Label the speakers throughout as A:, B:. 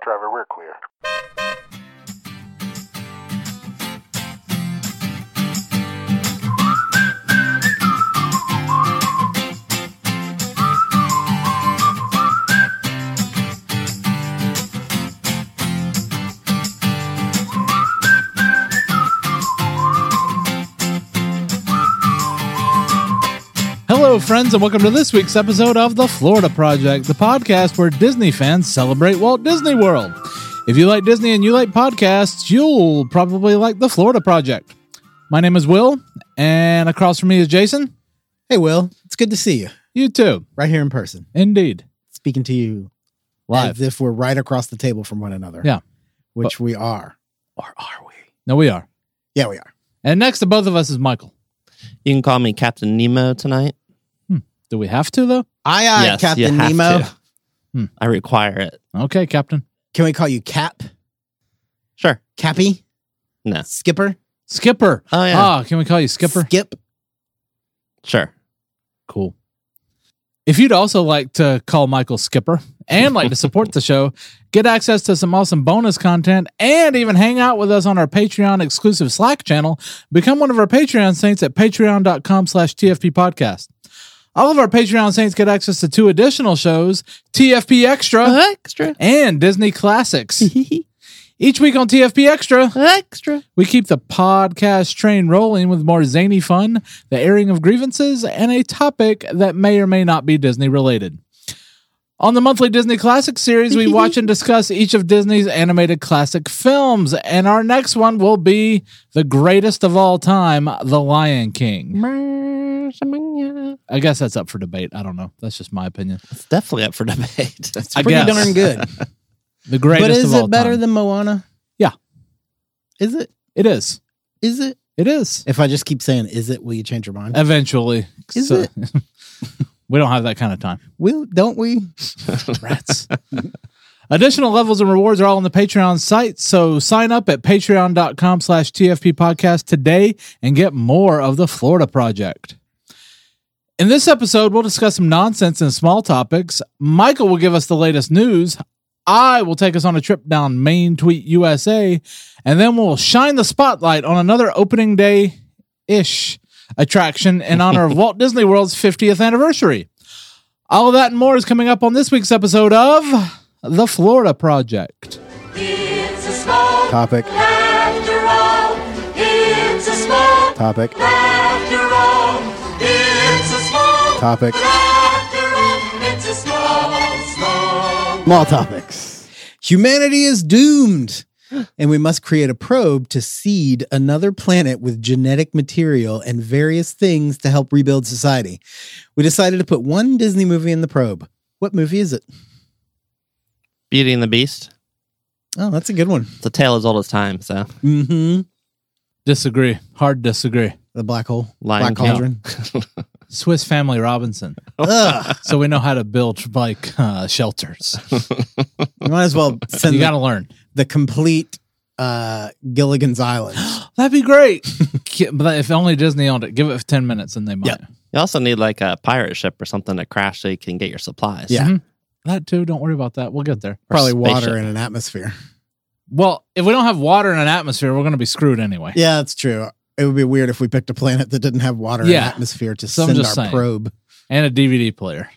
A: Driver, we're clear.
B: Hello, friends, and welcome to this week's episode of The Florida Project, the podcast where Disney fans celebrate Walt Disney World. If you like Disney and you like podcasts, you'll probably like The Florida Project. My name is Will, and across from me is Jason.
C: Hey, Will. It's good to see you
B: You too,
C: right here in person,
B: indeed.
C: speaking to you
B: Live.
C: as if we're right across the table from one another.
B: Yeah.
C: Which we are. Or are we?
B: No, we are.
C: Yeah, we are.
B: And next to both of us is Michael.
D: You can call me Captain Nemo tonight.
B: Do we have to, though?
C: Aye, aye,
D: Yes, you
C: Uh, Captain
D: have
C: Nemo.
D: to. Hmm. I require it.
B: Okay, Captain.
C: Can we call you Cap?
D: Sure.
C: Cappy?
D: No.
C: Skipper?
B: Skipper.
D: Oh yeah.
B: Ah, can we call you Skipper?
C: Skip?
D: sure.
B: Cool. If you'd also like to call Michael Skipper and like to support the show, get access to some awesome bonus content, and even hang out with us on our Patreon exclusive Slack channel, become one of our Patreon saints at patreon.com slash TFP podcast. All of our Patreon saints get access to two additional shows, TFP Extra
D: Uh-huh. Extra.
B: and Disney Classics. Each week on TFP Extra,
D: Extra.
B: we keep the podcast train rolling with more zany fun, the airing of grievances, and a topic that may or may not be Disney related. On the monthly Disney Classic series, we watch and discuss each of Disney's animated classic films, and our next one will be the greatest of all time, The Lion King.
D: It's
B: I guess that's up for debate. I don't know. That's just my opinion.
D: definitely up for debate.
C: It's
B: I
C: pretty
B: guess.
C: darn good.
B: The
C: but
B: greatest
C: is
B: of all
C: it better
B: time.
C: than Moana?
B: Yeah.
C: Is it?
B: it is.
C: Is it?
B: It is.
C: If I just keep saying, is it, will you change your
B: Uh,
C: mind?
B: Eventually.
C: Is it?
B: we don't have that kind of time.
C: will, don't we?
B: Rats. Additional levels and rewards are all on the Patreon site, so sign up at patreon.com slash TFP podcast today and get more of the Florida Project. In this episode, we'll discuss some nonsense and small topics. Michael will give us the latest news. I will take us on a trip down Main Tweet USA, and then we'll shine the spotlight on another opening day ish attraction in honor of Walt Disney World's 50th anniversary. All of that and more is coming up on this week's episode of The Florida Project.
E: It's a small
C: Topic.
E: after all. It's a small
C: Topic.
E: after all. It's a small
C: Topic.
E: after all. It's a small, small.
C: Small topics. Humanity is doomed, and we must create a probe to seed another planet with genetic material and various things to help rebuild society. We decided to put one Disney movie in the probe. What movie is it?
D: Beauty and the Beast.
C: Oh, that's a good one.
D: It's a tale as old as time. So
C: Mm-hmm.
B: Disagree. Hard disagree.
C: The black hole,
D: Lion
C: black
D: King.
C: cauldron.
B: Swiss Family Robinson.
C: Ugh.
B: So we know how to build like uh, shelters.
C: You might as well send
B: You
C: the-
B: got to learn.
C: the complete uh, Gilligan's Island.
B: That'd be great. Ki- but if only Disney owned it, give it 10 minutes and they might.
C: Yep.
D: You also need like a pirate ship or something to crash so you can get your supplies.
C: Yeah.
B: That too. Don't worry about that. We'll get there.
D: Or
C: Probably water
D: spaceship.
C: in an atmosphere.
B: Well, if we don't have water and an atmosphere, we're going to be screwed anyway.
C: Yeah, that's true. It would be weird if we picked a planet that didn't have water
B: Yeah.
C: and atmosphere to
B: So I'm
C: send our
B: just saying.
C: probe.
B: And a DVD player.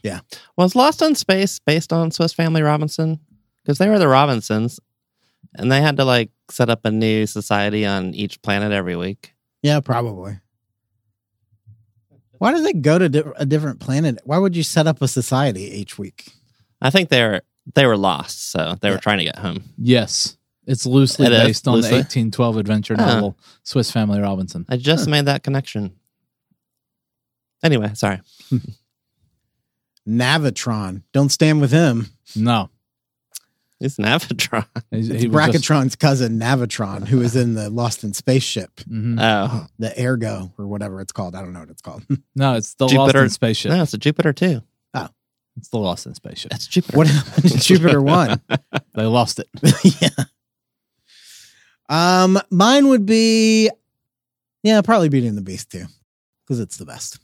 D: Was Lost in Space based on Swiss Family Robinson? Because they were the Robinsons, and they had to like set up a new society on each planet every week.
C: Yeah, probably. Why do they go to di- a different planet? Why would you set up a society each week?
D: I think they were they were lost, so they were
C: Yeah.
D: trying to get home.
B: Yes. It's loosely
D: It is,
B: based on the
D: loosely.
B: 1812 adventure
D: Huh.
B: novel Swiss Family Robinson.
D: I just
C: Huh.
D: made that connection. Anyway, sorry.
C: Navitron. Don't stand with him.
B: No.
D: It's Navatron.
B: He-
C: It's
B: he was just-
C: Brackatron's cousin, Navitron, who is in the Lost in Spaceship,
B: Mhm.
D: Oh,
C: the Ergo, or whatever it's called. I don't know what it's called.
B: No, it's the Lost
D: Jupiter-
B: in Spaceship.
D: no, it's a Jupiter too.
B: It's the Lost in Spaceship.
D: That's Jupiter.
C: what happened to Jupiter 1?
B: They lost it.
C: yeah. Um, mine would be, yeah, probably Beauty and the Beast too, because it's the best.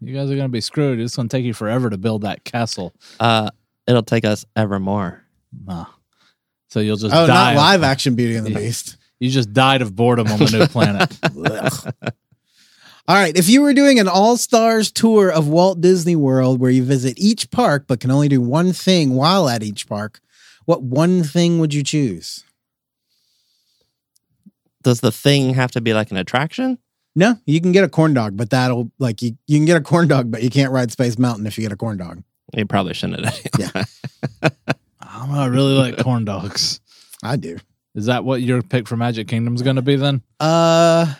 B: You guys are going to be screwed. It's going to take you forever to build that castle.
D: Uh, it'll take us evermore.
B: Nah. So you'll just
C: Oh,
B: die.
C: not live action Beauty and the Beast.
B: You just died of boredom on the new planet.
C: Ugh. All right. If you were doing an all stars tour of Walt Disney World where you visit each park but can only do one thing while at each park, what one thing would you choose?
D: Does the thing have to be like an attraction?
C: No, you can get a corn dog, but that'll like you, you can get a corn dog, but you can't ride Space Mountain if you get a corn dog.
D: You probably shouldn't.
B: I don't know, I really like corn dogs.
C: I do.
B: Is that what your pick for Magic Kingdom's going to be then?
C: Uh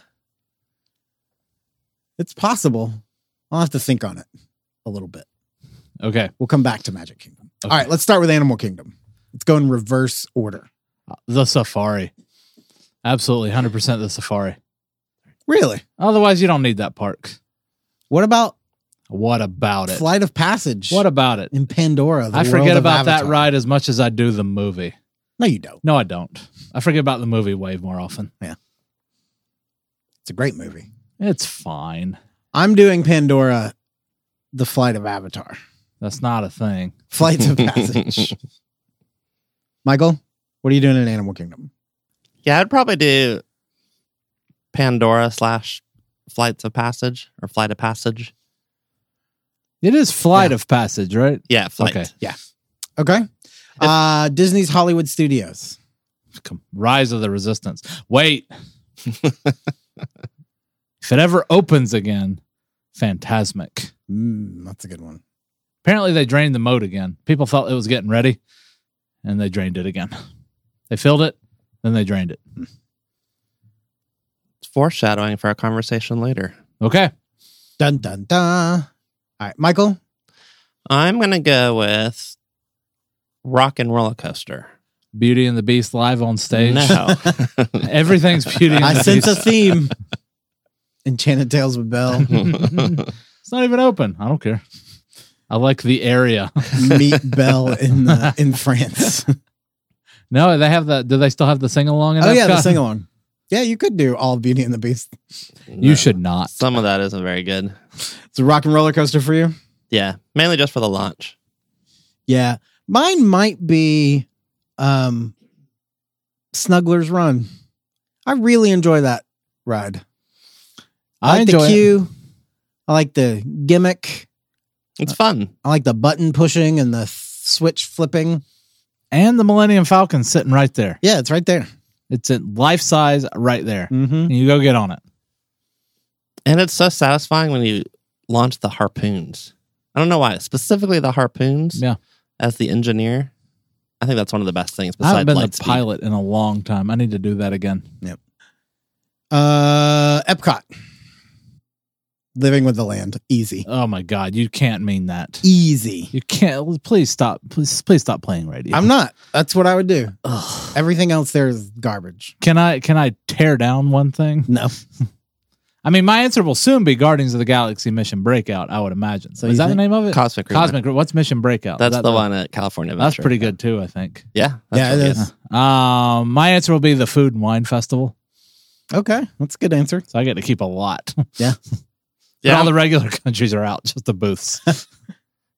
C: it's possible. I'll have to think on it a little bit.
B: Okay.
C: We'll come back to Magic Kingdom.
B: Okay.
C: All right, let's start with Animal Kingdom. Let's go in reverse order.
B: The safari. Absolutely. 100% the safari.
C: Really?
B: Otherwise, you don't need that park.
C: What about
B: What about it?
C: Flight of Passage?
B: What about it?
C: in Pandora? the
B: I
C: world
B: forget
C: of
B: about that
C: Avatar?
B: ride as much as I do the movie.
C: No, you don't.
B: No, I don't. I forget about the movie way more often.
C: It's a great movie.
B: It's fine.
C: I'm doing Pandora, the Flight of Avatar,
B: That's not a thing.
C: Flight of Passage. Michael, what are you doing in Animal Kingdom?
D: Yeah, I'd probably do Pandora slash Flights of Passage or Flight of Passage.
B: It is Flight of Passage, right?
D: Yeah, Flight.
B: Okay.
C: Okay. Uh, Disney's Hollywood Studios.
B: Come- Rise of the Resistance. Wait. if it ever opens again, Phantasmic.
C: Mm, that's a good one.
B: Apparently, they drained the moat again. People thought it was getting ready, and they drained it again. They filled it, then they drained it.
D: It's foreshadowing for our conversation later.
B: Okay.
C: Dun dun dun. All right, Michael.
D: I'm going to go with Rock and Roller Coaster.
B: Beauty and the Beast live on stage.
D: No.
B: Everything's Beauty and
C: I
B: the
C: sense a
B: Beast.
C: theme. Enchanted Tales with Belle.
B: it's not even open. I don't care. I like the area.
C: Meet Belle in uh, in France.
B: No, they have that. Do they still have the sing along?
C: oh yeah, the sing along. Yeah, you could do all Beauty and the Beast.
B: You
D: No.
B: should not.
D: Some of that isn't very good.
C: It's a rock and roller coaster for you.
D: Yeah, mainly just for the launch.
C: Yeah, mine might be um, Snuggler's Run. I really enjoy that ride. I, like the
B: it.
C: queue. I like the gimmick.
B: Uh,
D: It's fun.
C: I like the button pushing and the th- switch flipping.
B: And the Millennium Falcon sitting right there.
C: Yeah, it's right there.
B: It's in life size right there.
C: Mm-hmm.
B: You go get on it.
D: And it's so satisfying when you launch the harpoons. I don't know why, specifically the harpoons.
B: Yeah.
D: As the engineer, I think that's one of the best things
B: I haven't
D: besides
B: been
D: light
B: the
D: speed.
B: pilot in a long time. I need to do that again.
C: Uh, Epcot. Living with the land, easy,
B: Oh my God. You can't mean that.
C: easy.
B: You can't. Please stop. Please, please stop playing radio.
C: I'm not. That's what I would do.
B: Ugh.
C: Everything else there is garbage.
B: Can I can I tear down one thing?
C: No.
B: I mean, my answer will soon be Guardians of the Galaxy Mission Breakout. I would imagine. So
C: So
B: is
C: you
B: that the
C: think-
B: name of it?
D: Cosmic. Cosmic.
B: Cosmic. Group. What's Mission Breakout? Is
D: That's
B: that
D: the one at California.
B: That's
D: Adventure.
B: pretty good too. I think.
D: Yeah.
C: Yeah,
D: really
C: it
D: good.
C: is.
B: Um, my answer will be the Food and Wine Festival.
C: Okay, that's a good answer.
B: So I get to keep a lot.
D: Yeah,
B: all
D: I'm-
B: the regular countries are out, just the booths.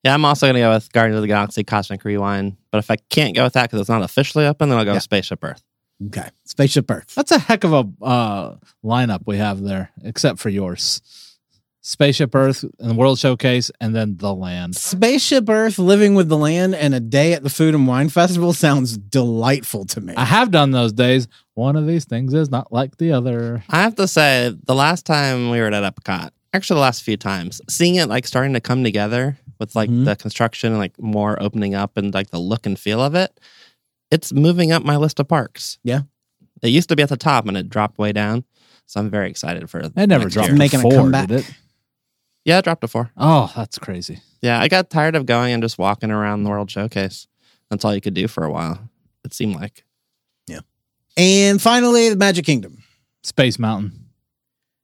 D: yeah, I'm also going to go with Guardians of the Galaxy Cosmic Rewind. But if I can't go with that because it's not officially open, then I'll go
C: Yeah.
D: with Spaceship Earth.
C: Okay, Spaceship Earth.
B: That's a heck of a uh, lineup we have there, except for yours. Spaceship Earth and the World Showcase, and then the land.
C: Spaceship Earth, living with the land, and a day at the Food and Wine Festival sounds delightful to me.
B: I have done those days. One of these things is not like the other.
D: I have to say, the last time we were at Epcot, actually the last few times, seeing it like starting to come together with like
B: Mm-hmm.
C: Mhm.
D: the construction and like more opening up and like the look and feel of it, it's moving up my list of parks.
C: Yeah.
D: It used to be at the top and it dropped way down. So I'm very excited for
B: It never
D: next
B: dropped
D: year.
B: to
C: Making a
B: four,
C: comeback.
B: did it?
D: Yeah, it dropped to four.
B: Oh, that's crazy.
D: Yeah, I got tired of going and just walking around the World Showcase. That's all you could do for a while. It seemed like.
C: and finally, the Magic Kingdom,
B: Space Mountain.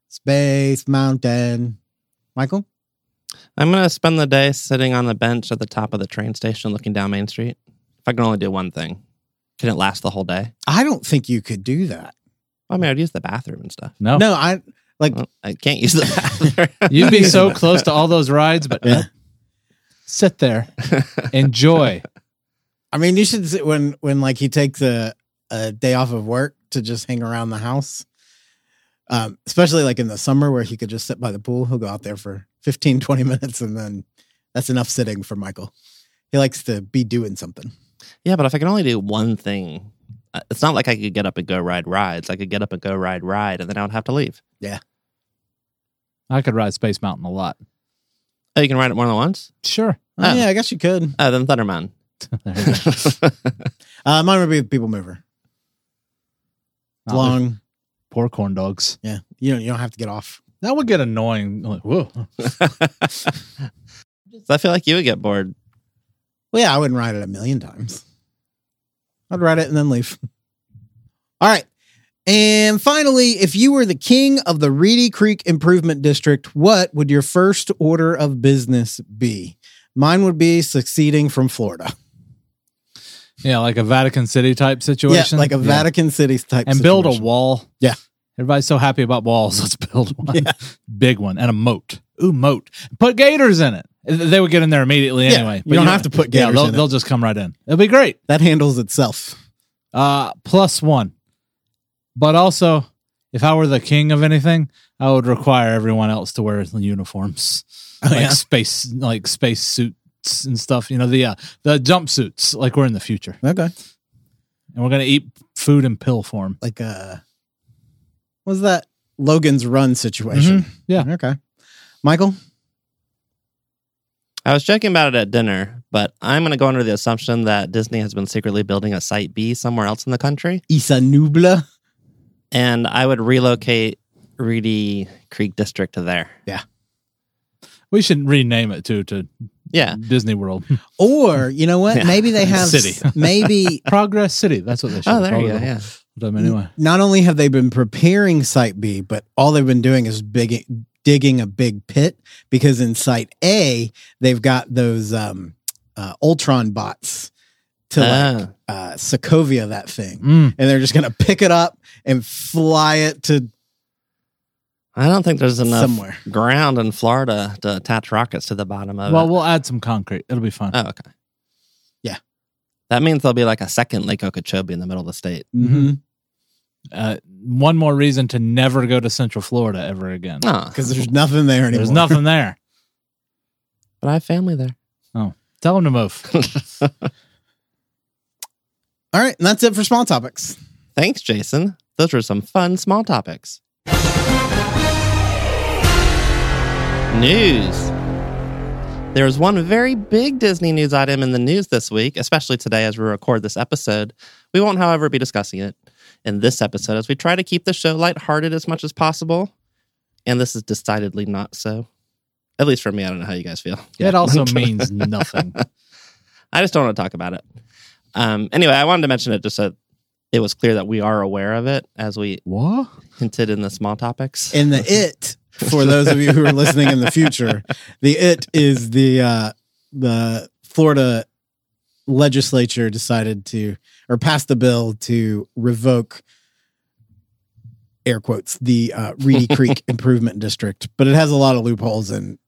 C: Space Mountain. Michael,
D: I'm going to spend the day sitting on the bench at the top of the train station looking down Main Street. If I can only do one thing, can it last the whole day?
C: I don't think you could do that.
D: I mean, I'd use the bathroom and stuff.
B: No,
C: No, I like
D: Well, I can't use the bathroom.
B: you'd be so close to all those rides, but
C: Yeah.
B: sit there, enjoy.
C: I mean, you should see when when like you take the a day off of work to just hang around the house, um, especially like in the summer where he could just sit by the pool. He'll go out there for 15, 20 minutes, and then that's enough sitting for Michael. He likes to be doing something.
D: Yeah, but if I can only do one thing, uh, it's not like I could get up and go ride rides. I could get up and go ride ride, and then I would have to leave.
B: I could ride Space Mountain a lot.
D: Oh, you can ride it more than once.
B: Sure.
C: Oh,
D: Oh.
C: yeah, I guess you could.
D: Oh, then Thunder Mountain.
B: There you go.
C: Uh, mine would be the People Mover.
B: Not with
C: Long.
B: Poor corn dogs.
C: Yeah, you don't you don't have to get off.
B: That would get annoying. Like, whoa.
D: I feel like you would get bored.
C: Well, yeah, I wouldn't ride it a million times. I'd ride it and then leave. All right. And finally, if you were the king of the Reedy Creek Improvement District, what would your first order of business be? Mine would be succeeding from Florida.
B: Yeah, like a Vatican City type situation.
C: Yeah, like a
B: Yeah.
C: Vatican City type.
B: And build a
C: situation.
B: wall.
C: Yeah.
B: Everybody's so happy about walls. Let's build one. Big one and a moat. Ooh, moat. Put gators in it. They would get in there immediately
C: Yeah,
B: anyway.
C: you
B: But
C: don't have to put
B: yeah,
C: gators
B: they'll,
C: in it.
B: they'll just come right in. It'll be great.
C: That handles itself.
B: Uh, plus one. But also, if I were the king of anything, I would require everyone else to wear uniforms, like
C: Oh, yeah?
B: space, like space suits and stuff. You know the uh, the jumpsuits, like we're in the future,
C: Okay.
B: and we're gonna eat food in pill form.
C: Like uh what was that Logan's Run situation?
B: Mm-hmm. Yeah.
C: Okay. Michael?
D: I was joking about it at dinner, but I'm going to go under the assumption that Disney has been secretly building a Site B somewhere else in the country,
C: Isa Nubla.
D: and I would relocate Reedy Creek District to there.
B: We should rename it too to
D: Yeah,
B: Disney World
C: Or you know what?
D: Yeah.
C: Maybe they have
B: City.
C: maybe
B: Progress City. That's what they should.
D: Oh, there
B: call
D: you
B: it.
D: go. Yeah.
B: Them um, anyway.
C: not only have they been preparing Site B, but all they've been doing is big, digging a big pit because in Site A they've got those um, uh, Ultron bots to like
D: Ah.
C: uh, Sokovia that thing,
B: Mm.
C: and they're just gonna pick it up and fly it to
D: I don't think there's enough
C: somewhere.
D: ground in Florida to attach rockets to the bottom of
B: Well,
D: it.
B: we'll add some concrete. It'll be fun.
D: Oh, okay.
C: Yeah.
D: That means there'll be like a second Lake Okeechobee in the middle of the state.
C: Mm-hmm.
B: Mhm. Uh, one more reason to never go to Central Florida ever again.
D: Ah,
C: Because there's nothing there anymore.
B: There's nothing there.
D: but I have family there.
B: Tell them to move.
C: All right, and that's it for small topics.
D: Thanks, Jason. Those were some fun small topics. News. There was one very big Disney news item in the news this week, especially today as we record this episode. We won't, however, be discussing it in this episode as we try to keep the show lighthearted as much as possible. And this is decidedly not so. At least for me, I don't know how you guys feel.
B: It also means nothing.
D: I just don't want to talk about it. Um, anyway, I wanted to mention it just so it was clear that we are aware of it as we
B: What?
D: hinted in the small topics.
C: In the it, for those of you who are listening in the future, the it is the uh, the Florida legislature decided to or passed the bill to revoke air quotes the uh, Reedy Creek Improvement District, but it has a lot of loopholes and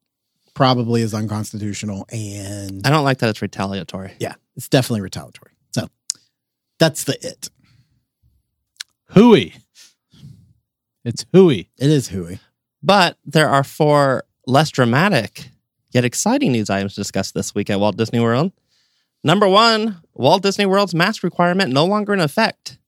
C: probably is unconstitutional and
D: I don't like that it's retaliatory.
C: yeah, it's definitely retaliatory. So that's the it.
B: Hooey. It's hooey.
C: It is hooey.
D: But there are four less dramatic yet exciting news items discussed this week at Walt Disney World. Number one, Walt Disney World's mask requirement no longer in effect.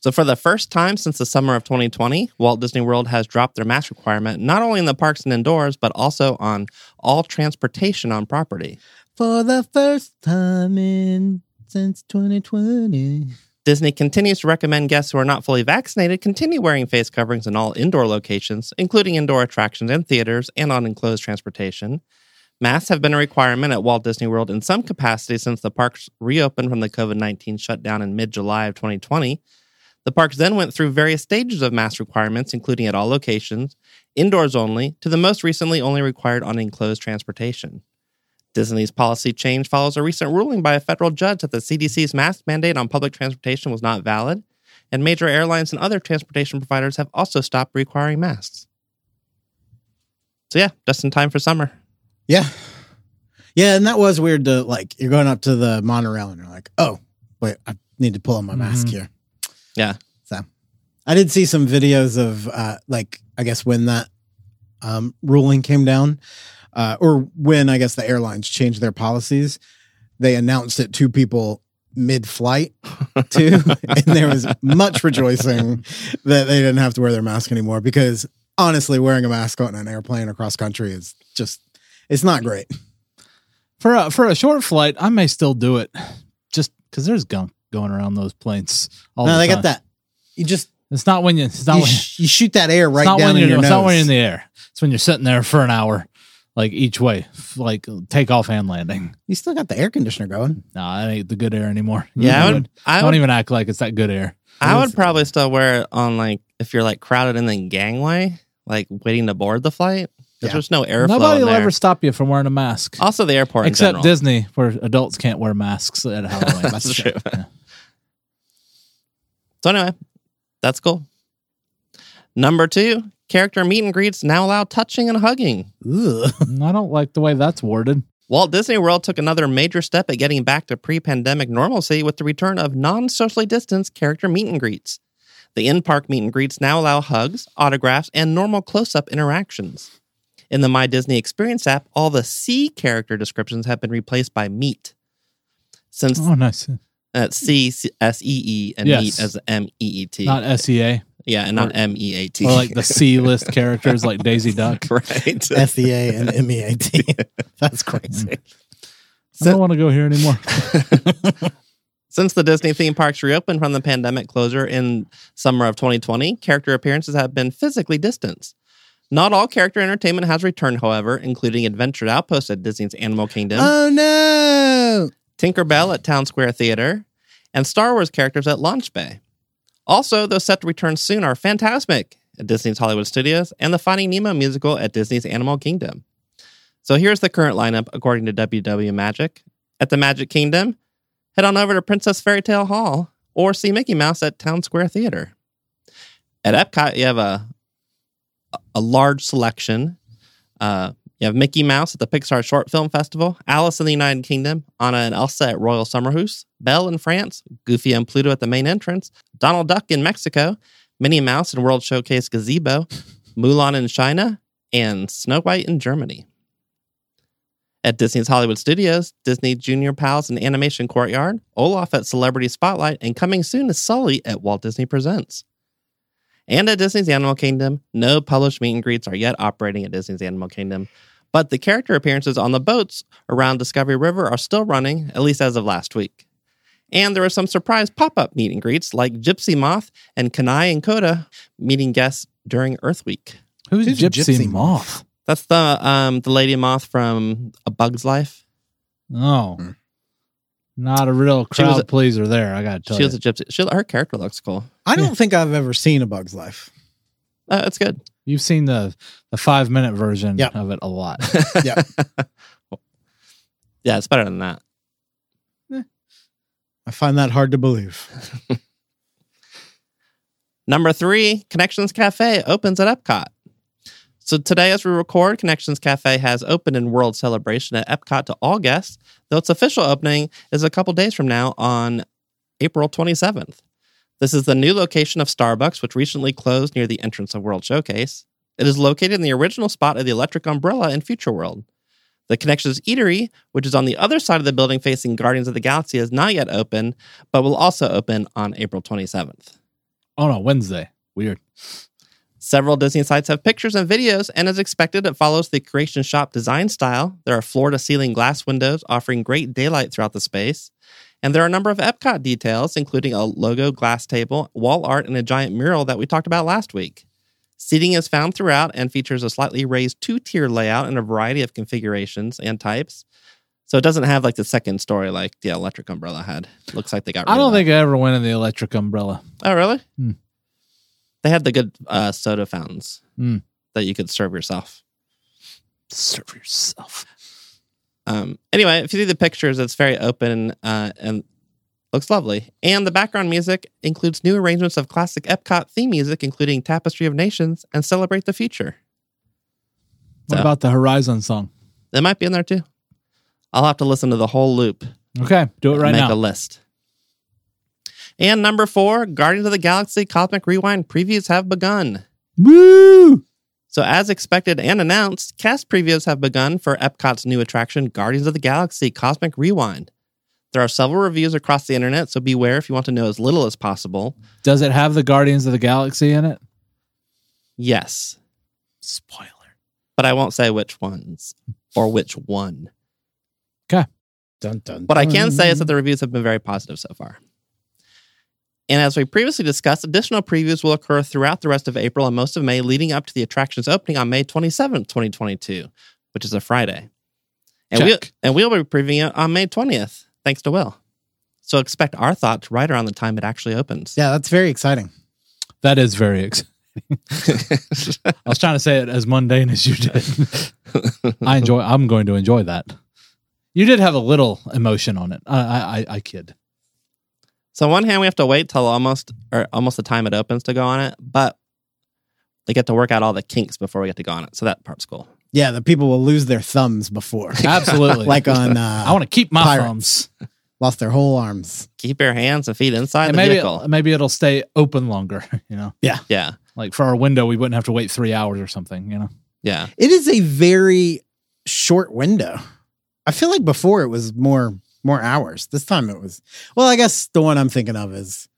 D: So, for the first time since the summer of 2020, Walt Disney World has dropped their mask requirement not only in the parks and indoors, but also on all transportation on property.
C: For the first time in since 2020.
D: Disney continues to recommend guests who are not fully vaccinated continue wearing face coverings in all indoor locations, including indoor attractions and theaters and on enclosed transportation. Masks have been a requirement at Walt Disney World in some capacity since the parks reopened from the COVID 19 shutdown in mid July of 2020. The parks then went through various stages of mask requirements, including at all locations, indoors only, to the most recently only required on enclosed transportation. Disney's policy change follows a recent ruling by a federal judge that the CDC's mask mandate on public transportation was not valid, and major airlines and other transportation providers have also stopped requiring masks. So, yeah, just in time for summer.
C: Yeah. Yeah, and that was weird to like you're going up to the monorail and you're like, oh, wait, I need to pull on my mask
B: Mhm.
C: here.
D: Yeah.
C: So I did see some videos of uh like I guess when that um ruling came down, uh, or when I guess the airlines changed their policies, they announced it to people mid flight too. and there was much rejoicing that they didn't have to wear their mask anymore because honestly, wearing a mask on an airplane across country is just it's not great.
B: For a, for a short flight, I may still do it just because there's gunk going around those planes. All
C: no,
B: the
C: they
B: time.
C: got that. You just
B: It's not when you. It's not
C: you,
B: when,
C: sh- you shoot that air right
B: it's not
C: down
B: when
C: in
B: you're.
C: your
B: it's
C: nose.
B: not when you're in the air. It's when you're sitting there for an hour, like each way, f- like takeoff and landing.
C: you still got the air conditioner going.
B: No, that ain't the good air anymore.
D: Yeah, I
B: Don't
D: would,
B: even-
D: I
B: Mm-hmm. don't
D: would,
B: even act like it's that good air.
D: I would probably still wear it on like if you're like crowded in the gangway, like waiting to board the flight. Because
C: Yeah.
D: there's no airflow.
B: Nobody
D: in
B: will
D: there.
B: ever stop you from wearing a mask.
D: Also, the airport.
B: Except
D: in general.
B: Disney, where adults can't wear masks at Halloween.
D: That's true.
B: Yeah.
D: So anyway, that's cool. Number two, character meet and greets now allow touching and hugging.
C: Ugh.
B: I don't like the way that's worded.
D: Walt Disney World took another major step at getting back to pre pandemic normalcy with the return of non socially distanced character meet and greets. The in park meet and greets now allow hugs, autographs, and normal close up interactions. In the My Disney Experience app, all the C character descriptions have been replaced by meet. Since
B: Oh, nice.
D: uh, C, C- S E E, and
B: Yes.
D: meet as M E E T.
B: Not SEA
D: Yeah, and not M E A T.
B: or like the C list characters like Daisy Duck.
D: right.
C: SEA and
B: E
C: MEAT. That's crazy.
B: I don't want to go here anymore.
D: Since the Disney theme parks reopened from the pandemic closure in summer of 2020, character appearances have been physically distanced. Not all character entertainment has returned, however, including Adventure Outpost at Disney's Animal
B: Mm.
D: Kingdom,
C: Oh no!
D: Tinker Bell at Town Square Theater, and Star Wars characters at Launch Bay. Also, those set to return soon are Fantasmic at Disney's Hollywood Studios and the Finding Nemo musical at Disney's Animal Kingdom. So here's the current lineup according to WW Magic. At the Magic Kingdom, head on over to Princess Fairy Tale Hall or see Mickey Mouse at Town Square Theater. At Epcot, you have a a large selection. Uh, you have Mickey Mouse at the Pixar Short Film Festival, Alice in the United Kingdom, Anna and Elsa at Royal Summerhouse, Belle in France, Goofy and Pluto at the main entrance, Donald Duck in Mexico, Minnie Mouse in World Showcase Gazebo, Mulan in China, and Snow White in Germany. At Disney's Hollywood Studios, Disney Junior Pals and Animation Courtyard, Olaf at Celebrity Spotlight, and coming soon is Sully at Walt Disney Presents. And at Disney's Animal Kingdom, no published meet and greets are yet operating at Disney's Animal Kingdom, but the character appearances on the boats around Discovery River are still running, at least as of last week. And there were some surprise pop up meet and greets like Gypsy Moth and Kanai and Coda meeting guests during Earth Week.
B: Who's
C: Who's
B: Gypsy,
C: Gypsy
B: Moth?
D: That's the um, the lady moth from A Bug's Life.
B: Oh,
C: Hmm.
B: not a real
D: She was
B: crowd
D: a-
B: pleaser there. I got to tell
D: She
B: you.
D: was a gypsy. She, her character looks cool.
C: I don't think I've ever seen a Bug's Life.
D: Uh, it's good.
B: You've seen the the five minute version
C: Yep.
B: of it a lot.
C: Yeah.
D: yeah, it's better than that.
C: I find that hard to believe.
D: Number three, Connections Cafe opens at Epcot. So today, as we record, Connections Cafe has opened in World Celebration at Epcot to all guests, though its official opening is a couple days from now on April 27th. This is the new location of Starbucks, which recently closed near the entrance of World Showcase. It is located in the original spot of the Electric Umbrella in Future World. The Connections Eatery, which is on the other side of the building facing Guardians of the Galaxy, is not yet open, but will also open on April 27th.
B: oh no, Wednesday. Weird.
D: Several Disney sites have pictures and videos, and as expected, it follows the Creation Shop design style. There are floor to ceiling glass windows offering great daylight throughout the space. And there are a number of Epcot details, including a logo glass table, wall art, and a giant mural that we talked about last week. Seating is found throughout and features a slightly raised two tier layout in a variety of configurations and types. So it doesn't have like the second story like the electric umbrella had. Looks like they got rid
B: I
D: of
B: don't
D: that.
B: think I ever went in the electric umbrella.
D: Oh, really?
B: Hmm.
D: They had the good uh, soda fountains
B: Hmm.
D: that you could serve yourself.
B: Serve yourself.
D: Um, anyway, if you see the pictures, it's very open uh, and looks lovely. And the background music includes new arrangements of classic Epcot theme music, including Tapestry of Nations and Celebrate the Future.
B: What
D: So-
B: about the Horizon song?
D: That might be in there too. I'll have to listen to the whole loop.
B: Okay, do it right
D: make
B: now.
D: a list. And number four, Guardians of the Galaxy Cosmic Rewind previews have begun.
B: Woo!
D: So, as expected and announced, cast previews have begun for Epcot's new attraction, Guardians of the Galaxy Cosmic Rewind. There are several reviews across the internet, so beware if you want to know as little as possible.
B: Does it have the Guardians of the Galaxy in it?
D: Yes,
B: Spoiler.
D: but I won't say which ones or which one.
C: Dun, dun,
D: What I can say is
C: dun.
B: Mm-hmm.
D: that the reviews have been very positive so far. And as we previously discussed, additional previews will occur throughout the rest of April and most of May, leading up to the attraction's opening on May 27th, 2022, which is a Friday. And, we,
B: Check.
D: and we'll be previewing it on May 20th, thanks to Will. So expect our thoughts right around the time it actually opens.
C: yeah, that's very exciting.
B: That is very exciting. I was trying to say it as mundane as you did. I enjoy. I'm going to enjoy that. You did have a little emotion on it. I I, I, I kid.
D: So on one hand, we have to wait till almost or almost the time it opens to go on it, but they get to work out all the kinks before we get to go on it. So that part's cool.
C: Yeah, the people will lose their thumbs before,
B: Absolutely.
C: like on
B: I
C: uh,
B: want to keep my
C: Pirates.
B: thumbs.
C: lost their whole arms.
D: Keep your hands and feet inside
B: And
D: the
B: maybe uh,
D: vehicle.
B: it, maybe it'll stay open longer. You know,
D: yeah.
B: like for our window, we wouldn't have to wait three hours or something. You know,
D: Yeah.
C: It is a very short window. I feel like before it was more more hours. This time it was well, I guess the one I'm thinking of is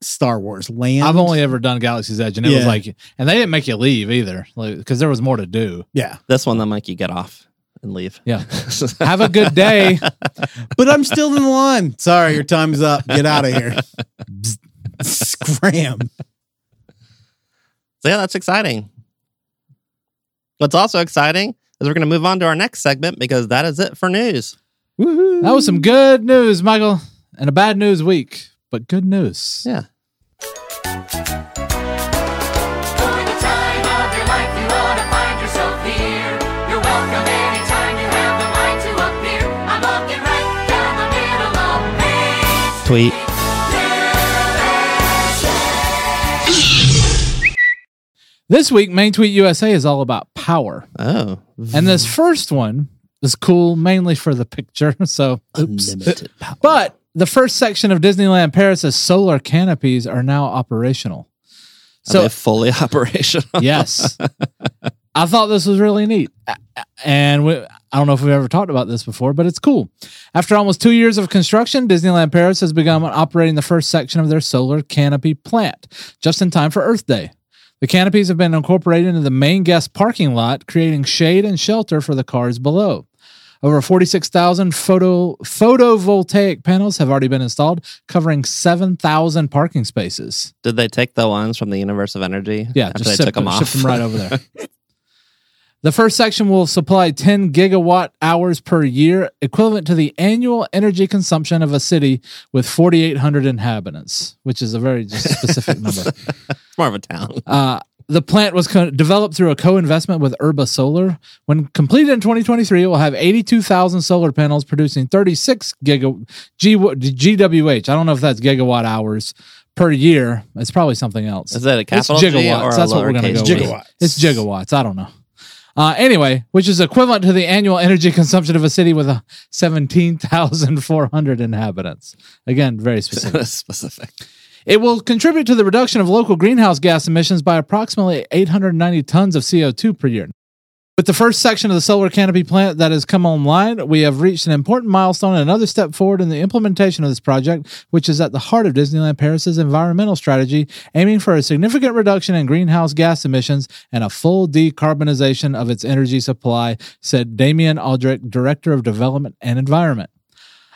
C: Star Wars Land.
B: I've only ever done Galaxy's Edge, and it was
C: Yeah.
B: like, and they didn't make you leave either, because there was more to do.
C: yeah,
D: This one, they'll make you get off and leave.
B: Yeah. Have a good day.
C: but I'm still in the line. Sorry, your time's up. Get out of here. Scram.
D: So, yeah, that's exciting. What's also exciting is we're going to move on to our next segment because that is it for news.
C: Woohoo.
B: That was some good news, Michael, and a bad news week, but good news.
D: Yeah.
E: For the time of your life, you ought to find yourself here. You're welcome anytime you have the mind to appear. I'm looking right down the middle of me.
D: Tweet.
B: This week, Main Tweet USA is all about power.
D: Oh.
B: And this first one is cool mainly for the picture. So, oops.
D: Unlimited power.
B: But the first section of Disneyland Paris's solar canopies are now operational.
D: So,
B: So,
D: fully operational.
B: yes, I thought this was really neat. And we, I don't know if we've ever talked about this before, but it's cool. After almost two years of construction, Disneyland Paris has begun operating the first section of their solar canopy plant just in time for Earth Day. The canopies have been incorporated into the main guest parking lot, creating shade and shelter for the cars below. Over 46,000 photo photovoltaic panels have already been installed, covering 7,000 parking spaces.
D: Did they take the ones from the Universe of Energy?
B: Yeah,
D: After
B: just
D: they
B: ship,
D: took them
B: ship
D: off.
B: right over there. the first section will supply 10 gigawatt hours per year, equivalent to the annual energy consumption of a city with 4,800 inhabitants, which is a very just specific number.
D: It's more of a town.
B: Uh, the plant was co- developed through a co-investment with Urba Solar. When completed in 2023, it will have 82,000 solar panels producing 36 giga G- GWH. I don't know if that's gigawatt hours per year. It's probably something else.
D: Is that a capital G or a
B: That's what we're gonna
D: lowercase
B: go
D: g?
B: with. It's gigawatts. I don't know. Uh, anyway, which is equivalent to the annual energy consumption of a city with uh, 17,400 inhabitants. Again, very specific.
D: Specific.
B: It will contribute to the reduction of local greenhouse gas emissions by approximately 890 tons of CO2 per year. With the first section of the solar canopy plant that has come online, we have reached an important milestone and another step forward in the implementation of this project, which is at the heart of Disneyland Paris's environmental strategy, aiming for a significant reduction in greenhouse gas emissions and a full decarbonization of its energy supply, said Damien Aldrich, Director of Development and Environment.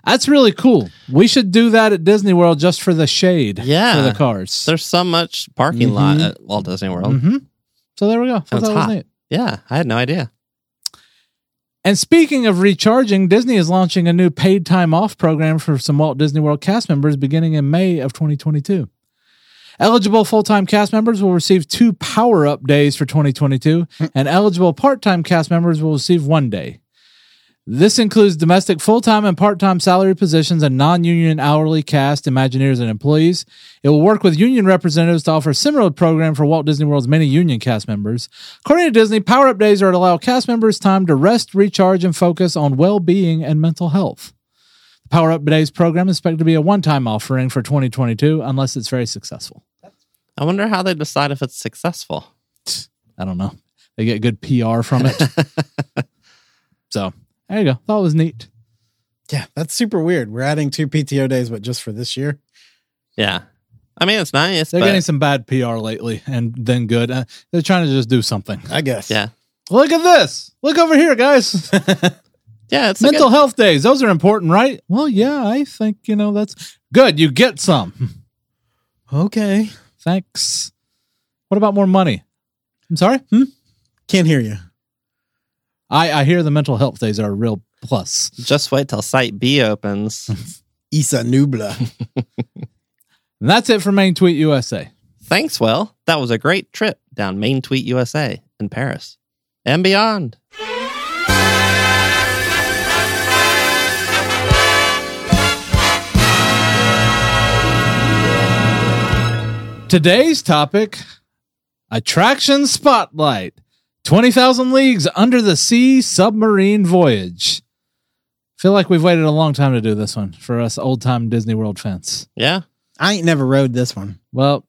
B: That's really cool. We should do that at Disney World just for the shade
D: Yeah.
B: for the Mm-hmm. cars.
D: There's so much parking lot at Walt Disney World.
B: hmm So there we go. I thought
D: Sounds
B: that was
D: hot.
B: neat.
D: Yeah, I had no idea.
B: And speaking of recharging, Disney is launching a new paid time off program for some Walt Disney World cast members beginning in May of 2022. Eligible full time cast members will receive two power
D: Mm.
B: up days for 2022, and eligible part time cast members will receive one day. This includes domestic full time and part time salary positions and non union hourly cast, Imagineers, and employees. It will work with union representatives to offer a similar program for Walt Disney World's many union cast members. According to Disney, power up days are to allow cast members time to rest, recharge, and focus on well being and mental health. The Power Up Days program is expected to be a one time offering for 2022 unless it's very successful.
D: I wonder how they decide if it's successful.
B: I don't know. They get good PR from it. so there you go. Thought it was neat.
C: Yeah, that's super weird. We're adding two PTO days, but just for this year.
D: Yeah. I mean, it's nice.
B: They're
D: but
B: getting some bad PR lately, and then good. Uh, they're trying to just do something.
C: I guess.
D: yeah.
B: Look at this. Look over here, guys.
D: Yeah. It's a
B: Mental health days. Those are important, right? Well, yeah. I think you know that's good. You get some.
C: Okay.
B: Thanks. What about more money? I'm sorry. Hmm?
C: Can't hear you.
B: I I hear the mental health days are a real plus.
D: good- just wait till Site B opens.
C: Isa Nubla.
B: And that's it for Main Tweet USA.
D: Thanks, Will. That was a great trip down Main Tweet USA in Paris and beyond.
B: Today's topic Attraction Spotlight 20,000 Leagues Under the Sea Submarine Voyage. Feel like we've waited a long time to do this one for us old time Disney World fans.
D: Yeah.
C: I ain't never rode this one.
B: Well,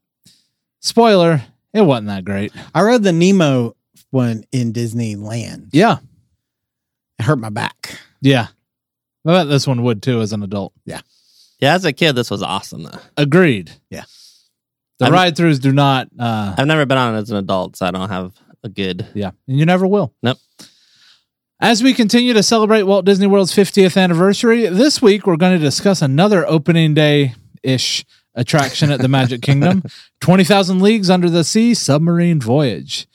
B: spoiler, it wasn't that great.
C: I rode the Nemo one in Disneyland.
B: Yeah.
C: It hurt my back.
B: Yeah. I bet this one would too as an adult.
D: Yeah. As a kid, this was awesome, though.
B: Agreed.
C: Yeah.
B: The
D: I'm-
B: ride throughs do not uh,
D: I've never been on it as an adult, so I don't have a good.
B: Yeah. And you never will.
D: Nope.
B: As we continue to celebrate Walt Disney World's 50th anniversary, this week we're going to discuss another opening day ish attraction at the Magic Kingdom 20,000 Leagues Under the Sea Submarine Voyage.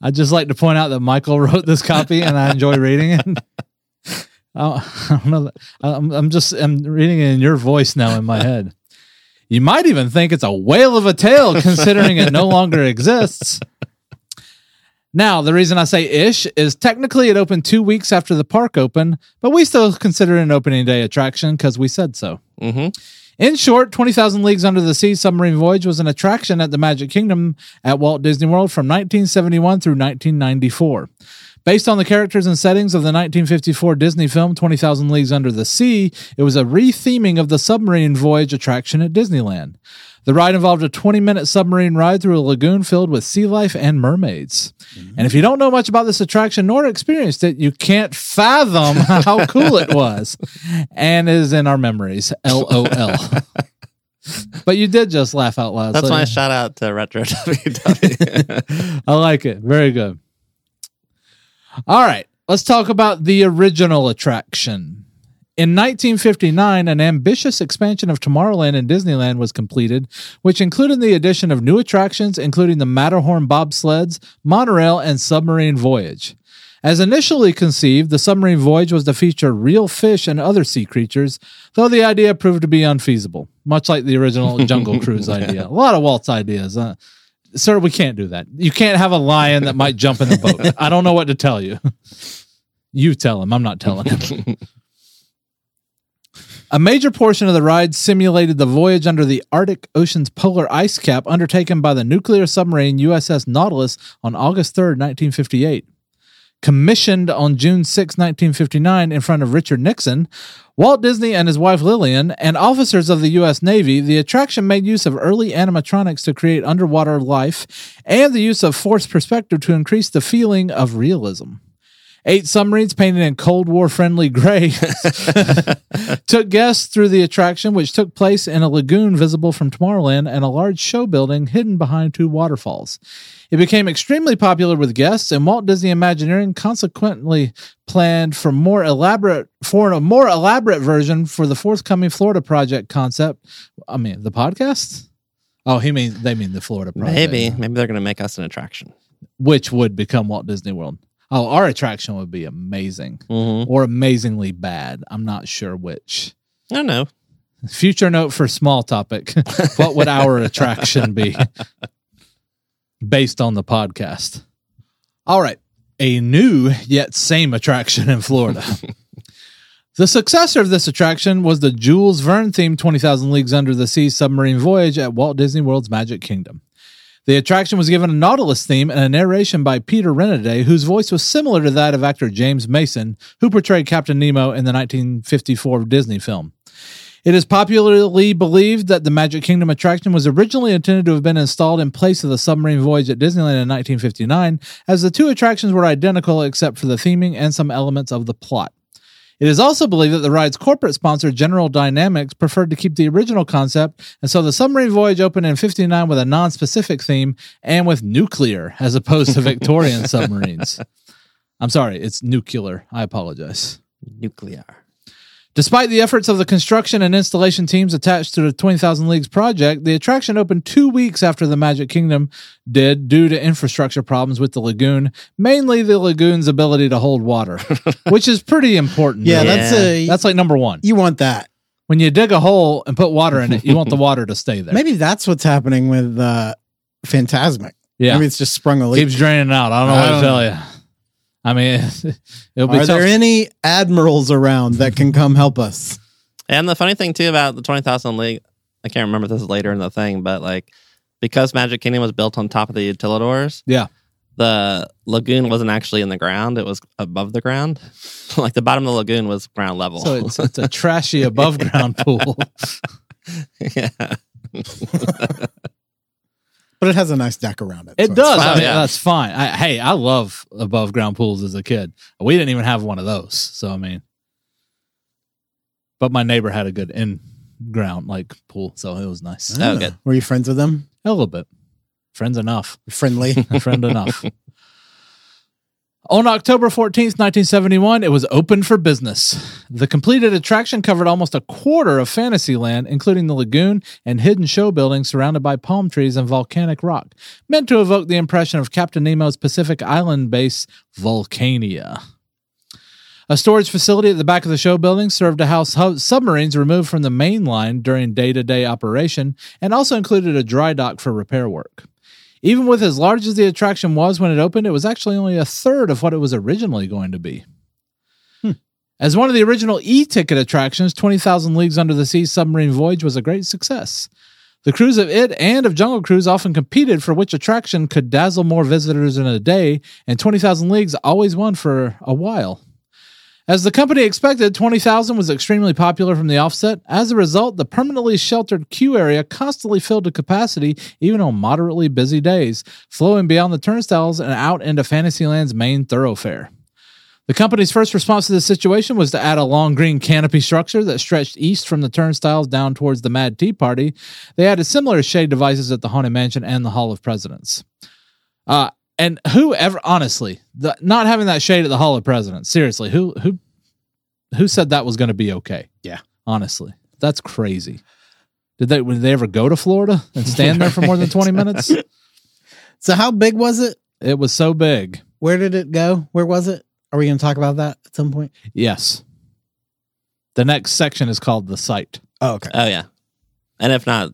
B: I'd just like to point out that Michael wrote this copy and I enjoy reading it. I don't know. that- I'm, I'm just I'm reading it in your voice now in my head. You might even think it's a whale of a tale considering it no longer exists. Now, the reason I say ish is technically it opened two weeks after the park opened, but we still consider it an opening day attraction because we said so.
D: hmm
B: In short, 20,000 Leagues Under the Sea Submarine Voyage was an attraction at the Magic Kingdom at Walt Disney World from 1971 through 1994. Based on the characters and settings of the 1954 Disney film 20,000 Leagues Under the Sea, it was a retheming of the submarine voyage attraction at Disneyland. The ride involved a 20 minute submarine ride through a lagoon filled with sea life and mermaids. And if you don't know much about this attraction nor experienced it, you can't fathom how cool it was and is in our memories. LOL. but you did just laugh out loud.
D: That's
B: so
D: my shout out to Retro E. WW.
B: I like it. Very good. All right. Let's talk about the original attraction. In 1959, an ambitious expansion of Tomorrowland and Disneyland was completed, which included the addition of new attractions, including the Matterhorn bobsleds, monorail, and submarine voyage. As initially conceived, the submarine voyage was to feature real fish and other sea creatures, though the idea proved to be unfeasible, much like the original Jungle Cruise idea. A lot of Walt's ideas. Huh? Sir, we can't do that. You can't have a lion that might jump in the boat. I don't know what to tell you. You tell him. I'm not telling him. A major portion of the ride simulated the voyage under the Arctic Ocean's polar ice cap undertaken by the nuclear submarine USS Nautilus on August 3rd, 1958. Commissioned on June 6, 1959, in front of Richard Nixon, Walt Disney and his wife Lillian, and officers of the U.S. Navy, the attraction made use of early animatronics to create underwater life and the use of forced perspective to increase the feeling of realism. Eight submarines painted in Cold War friendly gray took guests through the attraction, which took place in a lagoon visible from Tomorrowland and a large show building hidden behind two waterfalls. It became extremely popular with guests, and Walt Disney Imagineering consequently planned for more elaborate for a more elaborate version for the forthcoming Florida project concept. I mean, the podcast. Oh, he means they mean the Florida project
D: maybe, maybe they're going to make us an attraction.
B: which would become Walt Disney World. Oh, our attraction would be amazing
D: Mm-hmm.
B: or amazingly bad. I'm not sure which.
D: I don't know.
B: Future note for small topic. what would our attraction be based on the podcast? All right. a new yet same attraction in Florida. the successor of this attraction was the Jules Verne themed 20,000 Leagues Under the Sea submarine voyage at Walt Disney World's Magic Kingdom. The attraction was given a Nautilus theme and a narration by Peter Renaday, whose voice was similar to that of actor James Mason, who portrayed Captain Nemo in the 1954 Disney film. It is popularly believed that the Magic Kingdom attraction was originally intended to have been installed in place of the submarine voyage at Disneyland in 1959, as the two attractions were identical except for the theming and some elements of the plot. It is also believed that the ride's corporate sponsor, General Dynamics, preferred to keep the original concept, and so the submarine voyage opened in 59 with a non specific theme and with nuclear as opposed to Victorian submarines. I'm sorry, it's nuclear. I apologize.
D: Nuclear.
B: Despite the efforts of the construction and installation teams attached to the 20,000 Leagues project, the attraction opened two weeks after the Magic Kingdom did due to infrastructure problems with the lagoon, mainly the lagoon's ability to hold water, which is pretty important.
C: Yeah,
B: really.
C: that's a
B: that's like number one.
C: you want that.
B: When you dig a hole and put water in it, you want the water to stay there.
C: Maybe that's what's happening with uh, Phantasmic.
B: yeah,
C: Maybe it's just sprung a leak.
B: keeps draining out. I don't know
C: I
B: what
C: don't
B: to tell you. I mean, it'll be
C: Are
B: tough.
C: there any admirals around that can come help us?
D: And the funny thing too about the twenty thousand league, I can't remember if this is later in the thing, but like because Magic Kingdom was built on top of the utilidors,
B: Yeah.
D: the lagoon wasn't actually in the ground; it was above the ground. like the bottom of the lagoon was ground level.
B: so it's, it's a trashy above ground pool.
D: yeah.
C: But it has a nice deck around it.
B: It
C: so it's
B: does.
D: fine.
B: I mean,
D: Yeah.
B: That's fine. I, hey, I love above ground pools as a kid. We didn't even have one of those. So, I mean, but my neighbor had a good in ground like pool. So it was nice.
C: fine.
D: Okay.
C: Were you friends with them?
B: A little bit. Friends enough.
C: Friendly.
B: A friend enough. On October 14th, 1971, it was open for business. The completed attraction covered almost a quarter of Fantasyland, including the lagoon and hidden show buildings surrounded by palm trees and volcanic rock, meant to evoke the impression of Captain Nemo's Pacific Island base, Volcania. A storage facility at the back of the show building served to house hu- submarines removed from the main line during day to day operation and also included a dry dock for repair work. Even with as large as the attraction was when it opened, it was actually only a third of what it was originally going to be. As one of the original e ticket attractions, 20,000 Leagues Under the Sea Submarine Voyage was a great success. The crews of it and of Jungle Cruise often competed for which attraction could dazzle more visitors in a day, and 20,000 Leagues always won for a while. As the company expected, 20,000 was extremely popular from the offset. As a result, the permanently sheltered queue area constantly filled to capacity, even on moderately busy days, flowing beyond the turnstiles and out into Fantasyland's main thoroughfare. The company's first response to this situation was to add a long green canopy structure that stretched east from the turnstiles down towards the Mad Tea Party. They added similar shade devices at the Haunted Mansion and the Hall of Presidents. Uh, and whoever, honestly, the, not having that shade at the Hall of Presidents, seriously, who who who said that was going to be okay?
C: Yeah.
B: honestly, that's crazy. Did they did they ever go to Florida and stand there for more than twenty minutes?
C: so how big was it?
B: It was so big.
C: Where did it go? Where was it? Are we going to talk about that at some point?
B: Yes. The next section is called the site.
C: Oh, okay.
D: Oh yeah. And if not,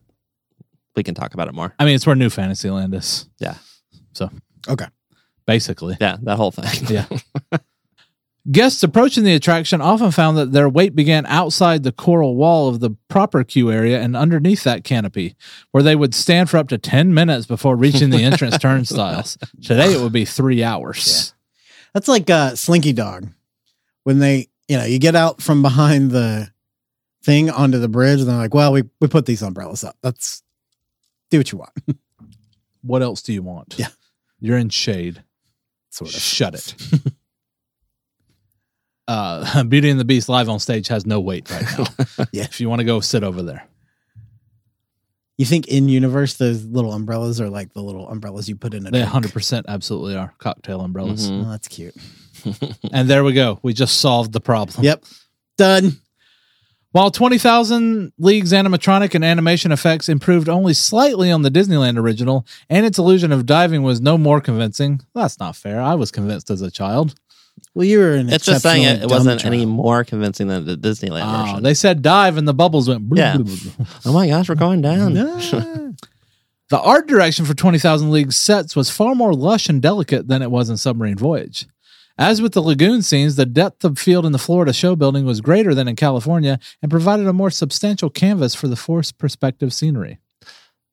D: we can talk about it more.
B: I mean, it's where New Fantasyland is.
D: Yeah.
B: So.
C: Okay.
B: Basically.
D: Yeah, that whole thing.
B: Yeah. Guests approaching the attraction often found that their weight began outside the coral wall of the proper queue area and underneath that canopy, where they would stand for up to 10 minutes before reaching the entrance turnstiles. Today it would be three hours.
C: That's like uh, Slinky Dog. When they, you know, you get out from behind the thing onto the bridge, and they're like, well, we, we put these umbrellas up. That's do what you want,
B: What else do you want?
C: Yeah.
B: You're in shade.
C: sort of.
B: Shut it. uh, Beauty and the Beast live on stage has no weight right now.
C: Yeah.
B: If you want to go sit over there.
C: You think in universe those little umbrellas are like the little umbrellas you put in a
B: They
C: drink?
B: 100% absolutely are cocktail umbrellas.
D: Mhm.
C: Oh, that's cute.
D: Mm-hmm.
B: And there we go. We just solved the problem.
C: Yep. Done.
B: While 20,000 League's animatronic and animation effects improved only slightly on the Disneyland original, and its illusion of diving was no more convincing. That's not fair. I was convinced as a child.
C: Well, you were an
D: It's just saying
C: exceptionally
D: it, it
C: dumb
D: wasn't
C: child.
D: any more convincing than the Disneyland
B: Oh,
D: version.
B: they said dive and the bubbles went. bloop,
D: Yeah.
B: bloop, bloop, bloop.
D: oh my gosh, we're going down.
C: Ah.
B: The art direction for 20,000 League's sets was far more lush and delicate than it was in Submarine Voyage. As with the lagoon scenes, the depth of field in the Florida show building was greater than in California and provided a more substantial canvas for the forced perspective scenery.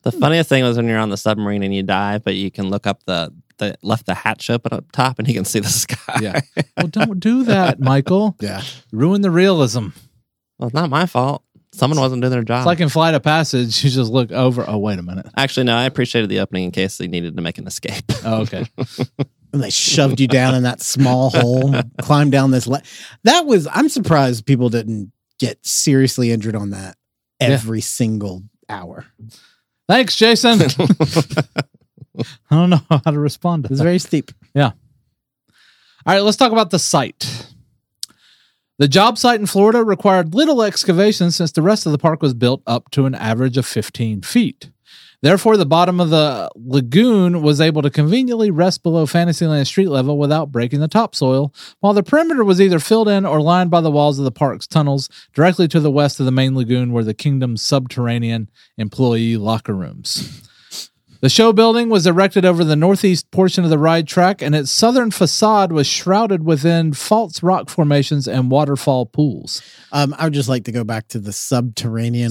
D: The funniest thing was when you're on the submarine and you dive, but you can look up the, the left the hatch open up top and you can see the sky.
B: Yeah. Well, don't do that, Michael.
C: Yeah.
B: Ruin the realism.
D: well, it's not my fault. Someone wasn't doing their job.
B: It's like in Flight of Passage, you just look over. Oh, wait a minute.
D: Actually, no, I appreciated the opening in case they needed to make an escape.
B: Oh, okay.
C: And they shoved you down in that small hole, climbed down this. Le- that was, I'm surprised people didn't get seriously injured on that
B: Yeah.
C: every single hour.
B: Thanks, Jason. I don't know how to respond to
C: It was
B: that.
C: very steep.
B: All right, let's talk about the site. The job site in Florida required little excavation since the rest of the park was built up to an average of 15 feet. Therefore, the bottom of the lagoon was able to conveniently rest below Fantasyland street level without breaking the topsoil, while the perimeter was either filled in or lined by the walls of the park's tunnels directly to the west of the main lagoon were the kingdom's subterranean employee locker rooms. The show building was erected over the northeast portion of the ride track, and its southern facade was shrouded within false rock formations and waterfall pools.
C: Um, I would just like to go back to the subterranean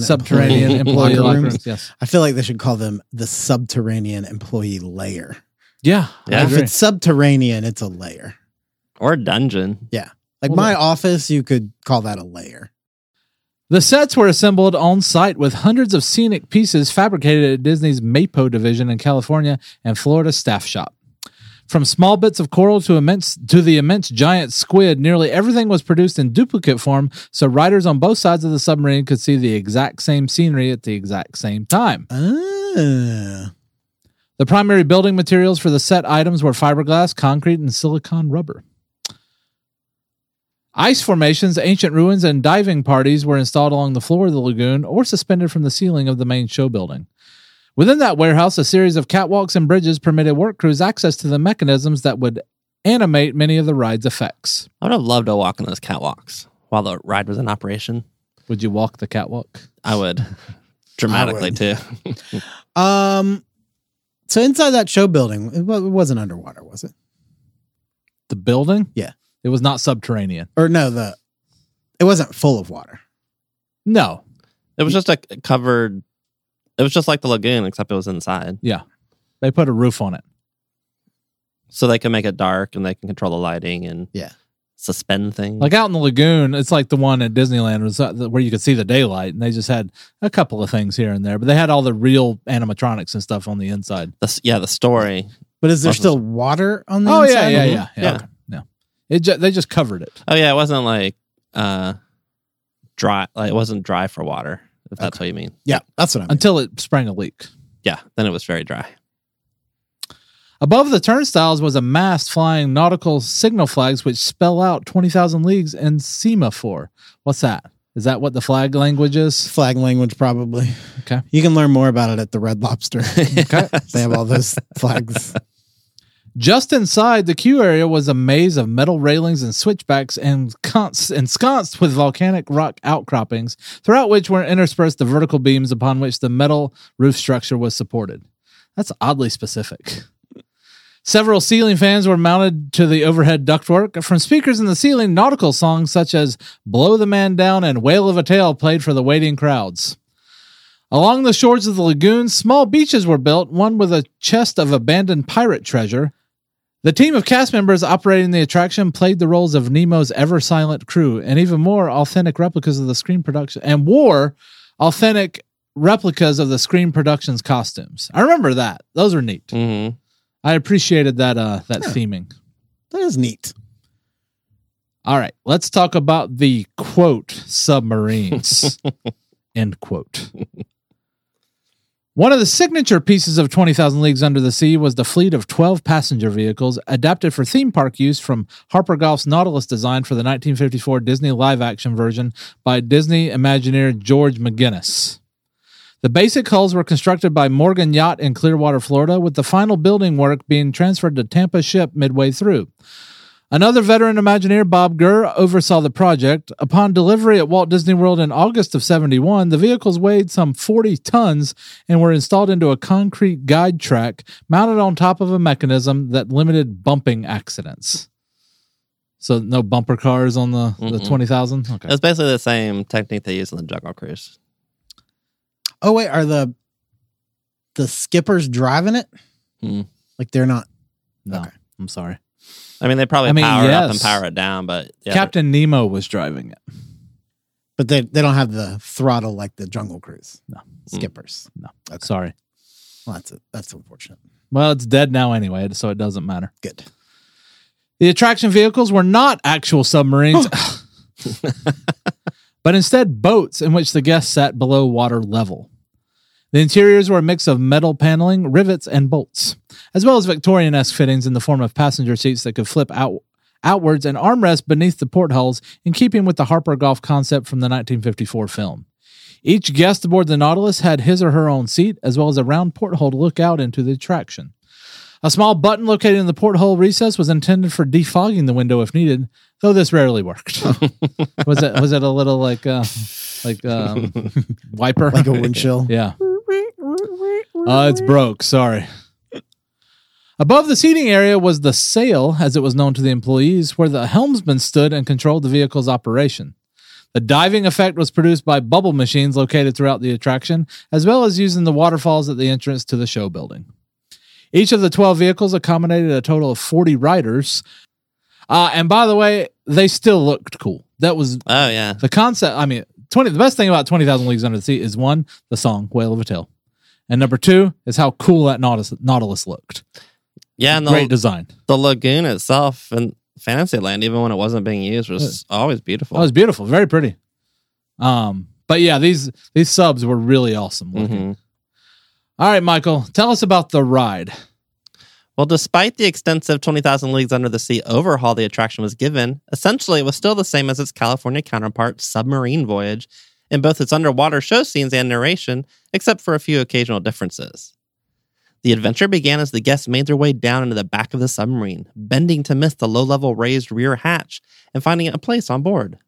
B: Subterranean employee locker rooms. Yes.
C: I feel like they should call them the subterranean employee layer.
B: Yeah.
D: Yeah.
B: I
C: If
B: agree.
C: it's subterranean, it's a layer.
D: or dungeon.
C: Like
B: Well,
C: my
B: the-
C: office, you could call that a layer.
B: The sets were assembled on site with hundreds of scenic pieces fabricated at Disney's Mapo division in California and Florida staff shop. From small bits of coral to immense to the immense giant squid, nearly everything was produced in duplicate form so riders on both sides of the submarine could see the exact same scenery at the exact same time.
C: Ah,
B: The primary building materials for the set items were fiberglass, concrete, and silicon rubber. Ice formations, ancient ruins, and diving parties were installed along the floor of the lagoon or suspended from the ceiling of the main show building. Within that warehouse, a series of catwalks and bridges permitted work crews access to the mechanisms that would animate many of the ride's effects.
D: I would have loved to walk on those catwalks while the ride was in operation.
B: Would you walk the catwalk?
D: I would dramatically too.
C: um, so inside that show building, it wa- it wasn't underwater, was it?
B: The building?
C: Yeah.
B: It was not subterranean.
C: Or no, the it wasn't full of water.
B: No.
D: It was just a covered. It was just like the lagoon, except it was inside,
B: They put a roof on it.
D: so they can make it dark and they can control the lighting and
C: Yeah.
D: suspend things.
B: Like out in the lagoon, it's like the one at Disneyland was uh, where you could see the daylight, and they just had a couple of things here and there, but they had all the real animatronics and stuff on the inside.
D: the, s- yeah, the story.
C: But is there
D: Wasn't-
C: still water on the
B: Oh yeah,
C: inside? mm-hmm.
B: yeah,
D: Mhm.
B: yeah, yeah,
D: Yeah.
B: okay, yeah. It ju- they just covered it.
D: Oh yeah, it wasn't like uh dry. Like it wasn't dry for water. If that's what you mean.
C: Yeah, that's what I mean.
B: until it sprang a leak.
D: Yeah, then it was very dry.
B: Above the turnstiles was a mast flying nautical signal flags, which spell out twenty thousand leagues in semaphore. What's that? Is that what the flag language is?
C: flag language probably.
B: Okay.
C: You can learn more about it at the Red Lobster.
D: Okay.
C: they have all those flags.
B: Just inside the queue area was a maze of metal railings and switchbacks and cons- ensconced with volcanic rock outcroppings, throughout which were interspersed the vertical beams upon which the metal roof structure was supported. That's oddly specific. Several ceiling fans were mounted to the overhead ductwork. From speakers in the ceiling, nautical songs such as Blow the Man Down and Whale of a Tale played for the waiting crowds. Along the shores of the lagoon, small beaches were built, one with a chest of abandoned pirate treasure. The team of cast members operating the attraction played the roles of Nemo's ever silent crew and even more authentic replicas of the screen production and wore authentic replicas of the screen production's costumes. I remember that. Those were neat.
D: hmm
B: I appreciated that uh that theming.
C: That is neat.
B: All right, let's talk about the quote submarines. end quote. One of the signature pieces of 20,000 Leagues Under the Sea was the fleet of 12 passenger vehicles adapted for theme park use from Harper Golf's Nautilus design for the 1954 Disney live action version by Disney Imagineer George McGinnis. The basic hulls were constructed by Morgan Yacht in Clearwater, Florida, with the final building work being transferred to Tampa Ship midway through. Another veteran Imagineer, Bob Gurr, oversaw the project. Upon delivery at Walt Disney World in August of 71, the vehicles weighed some 40 tons and were installed into a concrete guide track mounted on top of a mechanism that limited bumping accidents. So no bumper cars on the, the
D: Mm-mm.
B: 20,000? Okay.
D: It's basically the same technique they use in the Jungle Cruise.
C: Oh wait, are the the skippers driving it?
D: Hmm.
C: Like they're not.
B: no,
C: okay.
B: I'm sorry.
D: I mean, they probably
B: I mean,
D: power it up and
B: yes.
D: power it down, but yeah,
B: Captain Nemo was driving it.
C: But they, they don't have the throttle like the Jungle Cruise.
B: No. Mm.
C: Skippers. Okay.
B: Sorry.
C: Well, that's that's unfortunate.
B: Well, it's dead now anyway, so it doesn't matter.
C: Good.
B: The attraction vehicles were not actual submarines, but instead boats in which the guests sat below water level. The interiors were a mix of metal paneling, rivets, and bolts, as well as Victorian esque fittings in the form of passenger seats that could flip out, outwards and armrests beneath the portholes, in keeping with the Harper Golf concept from the 1954 film. Each guest aboard the Nautilus had his or her own seat, as well as a round porthole to look out into the attraction. A small button located in the porthole recess was intended for defogging the window if needed, though this rarely worked. was it was it a little like uh like um wiper?
C: Like a windshield.
B: yeah. Uh, it's broke, sorry. Above the seating area was the sail, as it was known to the employees, where the helmsman stood and controlled the vehicle's operation. The diving effect was produced by bubble machines located throughout the attraction, as well as using the waterfalls at the entrance to the show building. Each of the 12 vehicles accommodated a total of 40 riders. Uh, and by the way, they still looked cool. That was
D: Oh yeah,
B: the concept. I mean, 20, the best thing about 20,000 Leagues Under the Sea is one, the song, Whale of a Tale. And number two is how cool that Nautilus, Nautilus looked.
D: yeah. And
B: Great
D: the,
B: design.
D: the lagoon itself and Fantasyland, even when it wasn't being used, was always beautiful.
B: That was beautiful. Very pretty. Um, but yeah, these these subs were really awesome looking.
D: Mhm.
B: All right, Michael, tell us about the ride.
D: Well, despite the extensive 20,000 Leagues Under the Sea overhaul the attraction was given, essentially it was still the same as its California counterpart, Submarine Voyage, in both its underwater show scenes and narration, except for a few occasional differences. The adventure began as the guests made their way down into the back of the submarine, bending to miss the low level raised rear hatch and finding a place on board.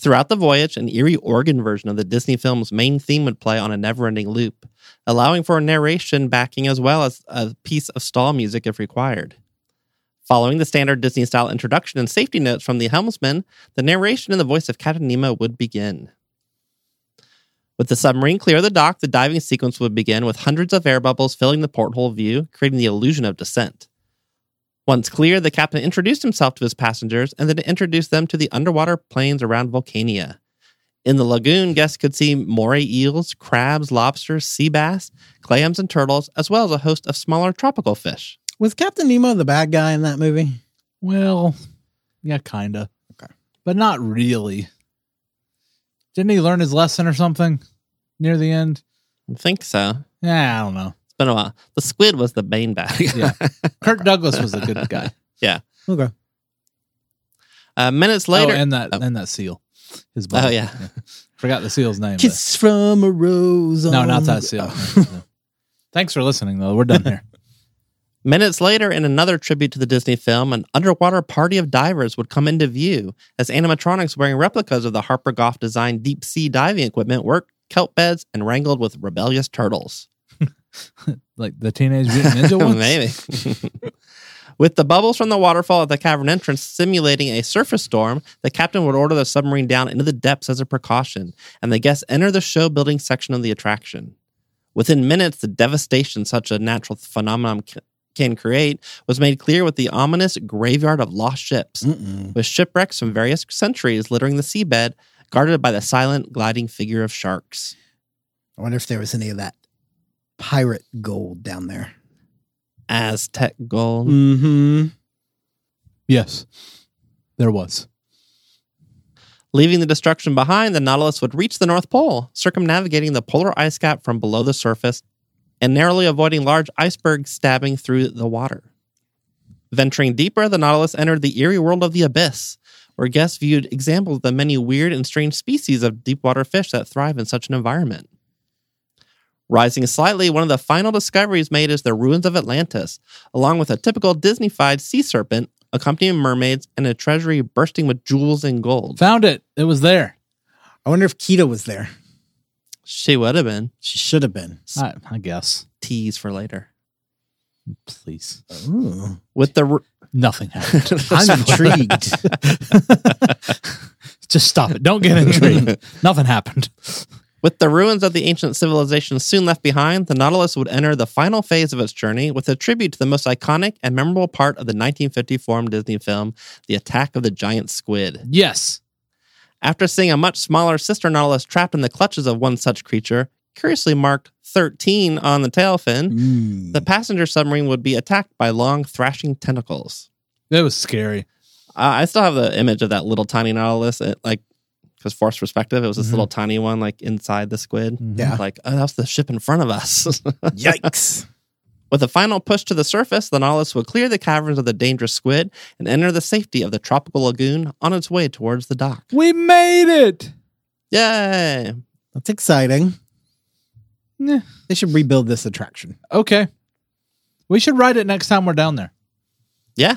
D: Throughout the voyage, an eerie organ version of the Disney film's main theme would play on a never ending loop, allowing for narration backing as well as a piece of stall music if required. Following the standard Disney style introduction and safety notes from the helmsman, the narration in the voice of Captain Nemo would begin. With the submarine clear of the dock, the diving sequence would begin with hundreds of air bubbles filling the porthole view, creating the illusion of descent. Once clear, the captain introduced himself to his passengers and then introduced them to the underwater plains around Volcania. In the lagoon, guests could see moray eels, crabs, lobsters, sea bass, clams, and turtles, as well as a host of smaller tropical fish.
C: Was Captain Nemo the bad guy in that movie?
B: Well, yeah, kinda.
C: Okay.
B: But not really. Didn't he learn his lesson or something near the end?
D: I think so.
B: Yeah, I don't know.
D: It's been a while. The squid was the main bad guy.
B: Yeah. Kirk Douglas was a good guy.
C: Okay.
D: Uh, minutes later.
B: Oh, and that
D: Oh.
B: and that seal. His
D: Oh,
B: buddy.
D: yeah.
B: Forgot the seal's name. but-
C: Kiss from a rose.
B: No,
C: on
B: not that
C: the-
B: seal.
C: Oh.
B: No. Thanks for listening, though. We're done here.
D: Minutes later, in another tribute to the Disney film, an underwater party of divers would come into view as animatronics wearing replicas of the Harper Goff designed deep sea diving equipment worked kelp beds and wrangled with rebellious turtles.
B: Like the Teenage Mutant Ninja ones?
D: Maybe. With the bubbles from the waterfall at the cavern entrance simulating a surface storm, the captain would order the submarine down into the depths as a precaution, and the guests enter the show building section of the attraction. Within minutes, the devastation such a natural phenomenon c- can create was made clear with the ominous graveyard of lost ships,
C: Mm-mm.
D: with shipwrecks from various centuries littering the seabed, guarded by the silent, gliding figure of sharks.
C: I wonder if there was any of that pirate gold down there.
D: Aztec gold.
C: Mm-hmm.
B: Yes, there was.
D: Leaving the destruction behind, the Nautilus would reach the North Pole, circumnavigating the polar ice cap from below the surface and narrowly avoiding large icebergs stabbing through the water. Venturing deeper, the Nautilus entered the eerie world of the abyss, where guests viewed examples of the many weird and strange species of deepwater fish that thrive in such an environment. Rising slightly, one of the final discoveries made is the ruins of Atlantis, along with a typical Disney-fied sea serpent, accompanying mermaids, and a treasury bursting with jewels and gold.
B: Found it. It was there.
C: I wonder if Kita was there.
D: She would have been.
B: Ah.
C: She should have been.
B: I, I guess.
D: Tease for later.
B: Please.
C: Ooh.
D: With the r-
B: Nothing happened.
C: I'm intrigued.
B: Just stop it. Don't get intrigued. Nothing happened.
D: With the ruins of the ancient civilization soon left behind, the Nautilus would enter the final phase of its journey with a tribute to the most iconic and memorable part of the 1954 Disney film, The Attack of the Giant Squid.
B: Yes.
D: After seeing a much smaller sister Nautilus trapped in the clutches of one such creature, curiously marked 13 on the tail fin,
C: Mm.
D: the passenger submarine would be attacked by long, thrashing tentacles.
B: That was scary.
D: Uh, I still have the image of that little tiny Nautilus, it, like, because Force Perspective, it was this
B: Mhm.
D: little tiny one, like, inside the squid.
C: Yeah.
D: Like, oh, that's the ship in front of us.
C: Yikes.
D: With a final push to the surface, the Nautilus would clear the caverns of the dangerous squid and enter the safety of the tropical lagoon on its way towards the dock.
B: We made it.
D: Yay!
C: That's exciting.
B: Nah.
C: They should rebuild this attraction.
B: Okay. We should ride it next time we're down there.
D: Yeah.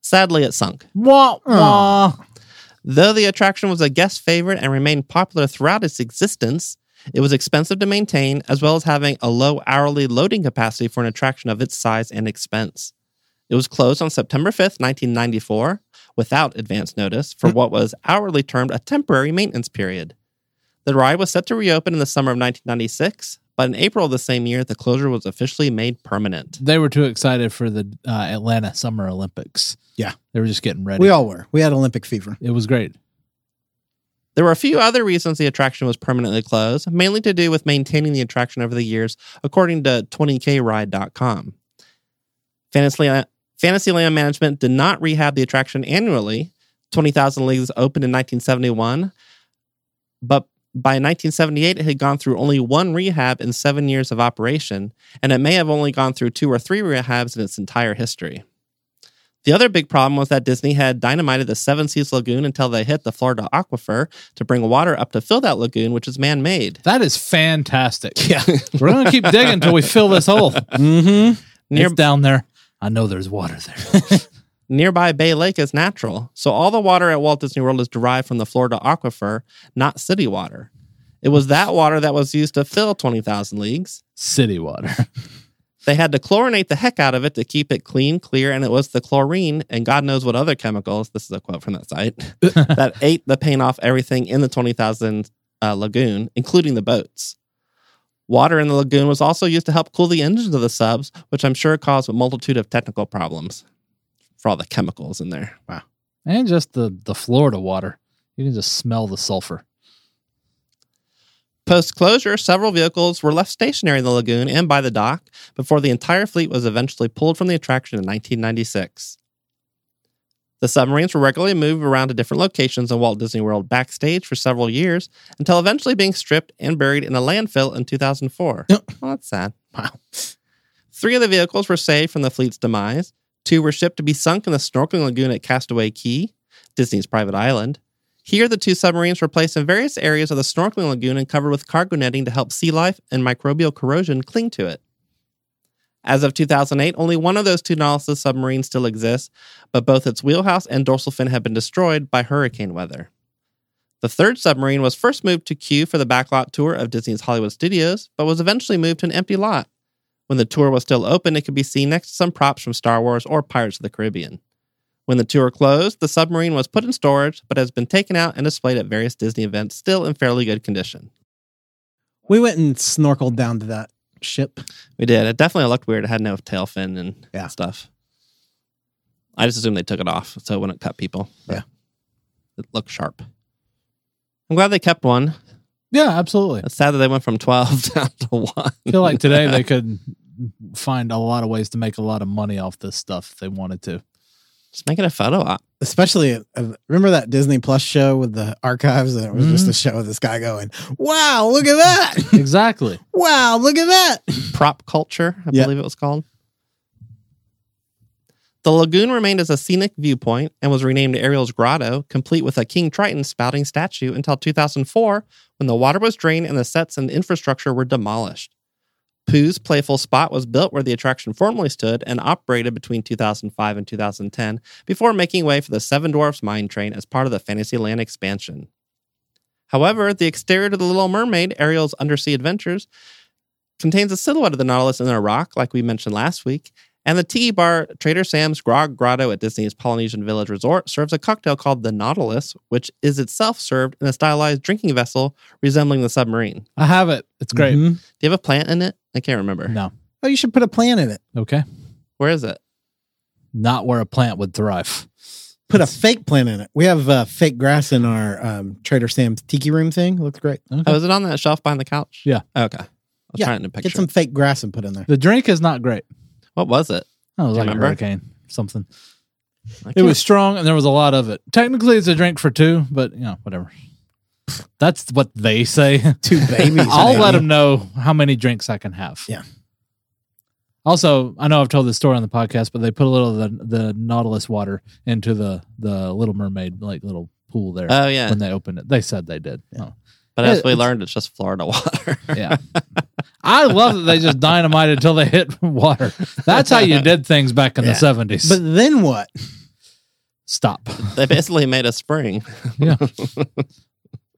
D: Sadly, it sunk.
B: Wah, wah.
D: Though the attraction was a guest favorite and remained popular throughout its existence, it was expensive to maintain, as well as having a low hourly loading capacity for an attraction of its size and expense. It was closed on September 5th, 1994, without advance notice, for what was hourly termed a temporary maintenance period. The ride was set to reopen in the summer of 1996, but in April of the same year, the closure was officially made permanent.
B: They were too excited for the uh, Atlanta Summer Olympics.
C: Yeah.
B: They were just getting ready.
C: We all were. We had Olympic fever.
B: it was great.
D: There were a few other reasons the attraction was permanently closed, mainly to do with maintaining the attraction over the years, according to 20kride.com. Fantasyland, Fantasyland Management did not rehab the attraction annually. 20,000 Leagues opened in 1971, but by 1978, it had gone through only one rehab in seven years of operation, and it may have only gone through two or three rehabs in its entire history. The other big problem was that Disney had dynamited the Seven Seas Lagoon until they hit the Florida aquifer to bring water up to fill that lagoon, which is man made.
B: That is fantastic. Yeah. We're going to keep digging until we fill this hole.
C: Mm-hmm.
D: Near-
B: it's down there. I know there's water there.
D: Nearby Bay Lake is natural, so all the water at Walt Disney World is derived from the Florida aquifer, not city water. It was that water that was used to fill 20,000 leagues.
B: City water.
D: They had to chlorinate the heck out of it to keep it clean, clear, and it was the chlorine and God knows what other chemicals, this is a quote from that site, that ate the paint off everything in the 20,000 uh, lagoon, including the boats. Water in the lagoon was also used to help cool the engines of the subs, which I'm sure caused a multitude of technical problems for all the chemicals in there. Wow.
B: And just the, the Florida water. You can just smell the sulfur.
D: Post closure, several vehicles were left stationary in the lagoon and by the dock before the entire fleet was eventually pulled from the attraction in 1996. The submarines were regularly moved around to different locations in Walt Disney World backstage for several years until eventually being stripped and buried in a landfill in 2004.
C: Yep.
D: Well, that's sad.
C: Wow.
D: Three of the vehicles were saved from the fleet's demise. Two were shipped to be sunk in the snorkeling lagoon at Castaway Key, Disney's private island. Here, the two submarines were placed in various areas of the snorkeling lagoon and covered with cargo netting to help sea life and microbial corrosion cling to it. As of 2008, only one of those two Nautilus submarines still exists, but both its wheelhouse and dorsal fin have been destroyed by hurricane weather. The third submarine was first moved to Q for the backlot tour of Disney's Hollywood Studios, but was eventually moved to an empty lot. When the tour was still open, it could be seen next to some props from Star Wars or Pirates of the Caribbean. When the tour closed, the submarine was put in storage, but has been taken out and displayed at various Disney events, still in fairly good condition.
C: We went and snorkeled down to that ship.
D: We did. It definitely looked weird. It had no tail fin and
C: Yeah.
D: stuff. I just assumed they took it off so it wouldn't cut people. but
C: Yeah.
D: It looked sharp. I'm glad they kept one.
B: Yeah, absolutely.
D: It's sad that they went from 12 down to one.
B: I feel like today they could find a lot of ways to make a lot of money off this stuff if they wanted to.
D: Just make it a photo op.
C: Especially, uh, remember that Disney Plus show with the archives? And it was just a show of this guy going, wow, look at that.
B: Exactly.
C: wow, look at that.
D: prop culture, I
C: Yeah.
D: believe it was called. The lagoon remained as a scenic viewpoint and was renamed Ariel's Grotto, complete with a King Triton spouting statue until 2004 when the water was drained and the sets and infrastructure were demolished. Pooh's playful spot was built where the attraction formerly stood and operated between 2005 and 2010 before making way for the Seven Dwarfs Mine Train as part of the Fantasyland expansion. However, the exterior to the Little Mermaid, Ariel's Undersea Adventures, contains a silhouette of the Nautilus in a rock, like we mentioned last week. And the tiki bar, Trader Sam's Grog Grotto at Disney's Polynesian Village Resort, serves a cocktail called the Nautilus, which is itself served in a stylized drinking vessel resembling the submarine.
B: I have it. It's great.
C: Mhm.
D: Do you have a plant in it? I can't remember.
B: No.
C: Oh, you should put a plant in it.
B: Okay.
D: Where is it?
B: Not where a plant would thrive.
C: Put a fake plant in it. We have uh, fake grass in our um, Trader Sam's tiki room thing. Looks great.
D: Oh, is it on that shelf behind the couch? Oh,
B: Yeah.
D: Okay. I'll
C: Yeah.
D: try it in a picture.
C: Get some fake grass and put in there.
B: The drink is not great.
D: What was it?
B: Oh, it was
D: Do you
B: like
D: remember?
B: a hurricane, something.
D: I
B: It
D: can't-
B: was strong and there was a lot of it. Technically, it's a drink for two, but you know, whatever. That's what they say.
C: Two babies.
B: I'll let
C: maybe.
B: them know how many drinks I can have.
C: Yeah.
B: Also, I know I've told this story on the podcast, but they put a little of the, the Nautilus water into the the Little Mermaid like little pool there
D: Oh yeah.
B: when they opened it. They said they did. Oh,
D: But
B: Yeah,
D: as we
B: it's-
D: learned, it's just Florida water.
B: yeah. I love that they just dynamited until they hit water. That's how you did things back in
C: Yeah.
B: the seventies.
C: But then what?
B: Stop.
D: they basically made a spring.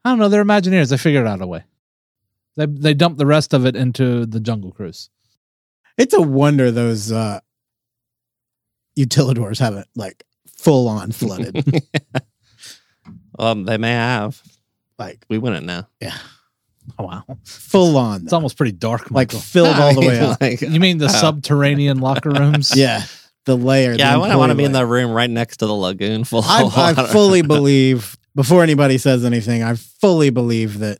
B: I don't know. They're Imagineers. They figured out a way. They they dumped the rest of it into the Jungle Cruise.
C: It's a wonder those uh, utilidors haven't like full on flooded.
D: Um, they may have.
C: like
D: We wouldn't know.
B: Oh wow,
C: full on.
B: it's almost pretty dark.
C: like
B: Michael.
C: filled all the
D: I mean,
C: way up.
D: like-
B: you mean the subterranean locker rooms?
C: Yeah. The layer.
D: yeah,
C: the
D: I want to want to be
C: employee
D: in the room right next to the lagoon full. of
C: layer. I, I
D: water.
C: fully believe, before anybody says anything, I fully believe that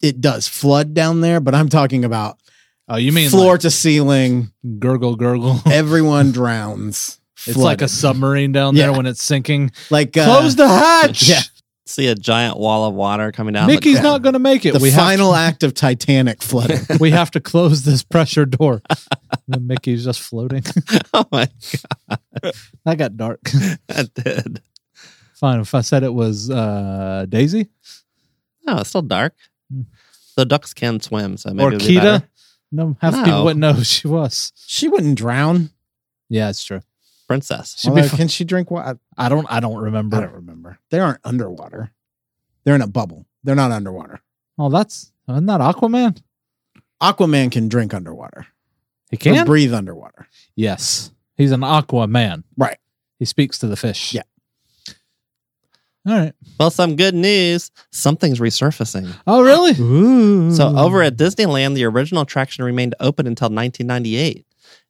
C: it does flood down there, but I'm talking about
B: Oh, you mean
C: floor
B: floor
C: to ceiling.
B: gurgle gurgle?
C: Everyone drowns.
B: It's like a submarine down there
C: Yeah.
B: when it's sinking.
C: a like uh,
B: Close the hatch.
C: yeah.
D: see a giant wall of water coming down.
B: Mickey's
D: the,
B: not going to make it.
C: the
B: we
C: final act of Titanic flooding.
B: have to, we have to close this pressure door. then Mickey's just floating.
D: Oh my,
B: that got dark.
D: that did.
B: Fine. If I said it was uh, Daisy
D: No, it's still dark.
B: Hmm.
D: The ducks can swim, so maybe
B: or
D: it'll be
B: Kita,
D: better.
B: no, half the
D: No.
B: people wouldn't know who she was.
C: she wouldn't drown.
B: Yeah, it's true.
D: princess.
B: She'd be
C: Although,
B: fi-
C: can she drink water?
B: I don't. I don't
C: I
B: remember.
C: don't remember. They aren't underwater. They're in a bubble. They're not underwater.
B: Oh, that's isn't that Aquaman?
C: Aquaman can drink underwater.
B: He
C: Or
B: can.
C: breathe underwater.
B: yes, he's an Aquaman.
C: Right.
B: He speaks to the fish.
C: Yeah.
B: All right.
D: Well, some good news. Something's resurfacing.
B: Oh, really?
D: So
B: Hmm.
D: over at Disneyland, the original attraction remained open until 1998.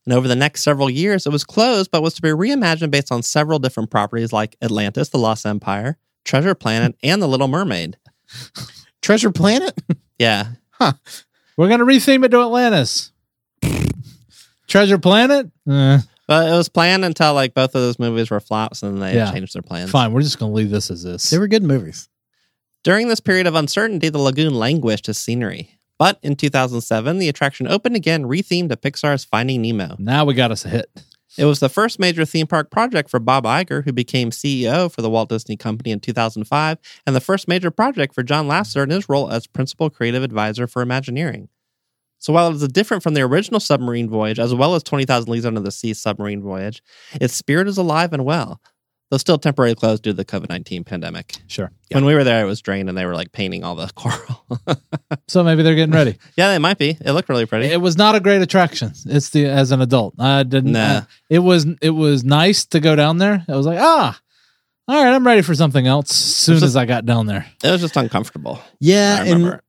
D: And over the next several years, it was closed but was to be reimagined based on several different properties like Atlantis, the Lost Empire, Treasure Planet, and the Little Mermaid.
C: Treasure Planet?
D: Yeah.
B: We're gonna retheme it to Atlantis. Treasure Planet. Eh,
D: But it was planned until like both of those movies were flops and they
B: Yeah.
D: changed their plans.
B: fine. We're just gonna leave this as this.
C: They were good movies.
D: During this period of uncertainty, the lagoon languished as scenery. But in 2007, the attraction opened again, rethemed to Pixar's Finding Nemo.
B: Now we got us a hit.
D: It was the first major theme park project for Bob Iger, who became CEO for the Walt Disney Company in 2005, and the first major project for John Lasseter in his role as principal creative advisor for Imagineering. So while it is different from the original submarine voyage, as well as 20,000 Leagues Under the Sea submarine voyage, its spirit is alive and well, though still temporarily closed due to the COVID 19 pandemic.
B: Sure.
D: When we were there, it was drained and they were like painting all the coral.
B: So maybe they're getting ready.
D: yeah, they might be. It looked really pretty.
B: it was not a great attraction. It's the as an adult. I didn't.
D: Nah.
B: I- it was it was nice to go down there. I was like, ah, all right, I'm ready for something else. As soon
D: It's a-
B: as I got down there,
D: It was just uncomfortable.
C: Yeah, Uh,
D: I
C: and
D: remember.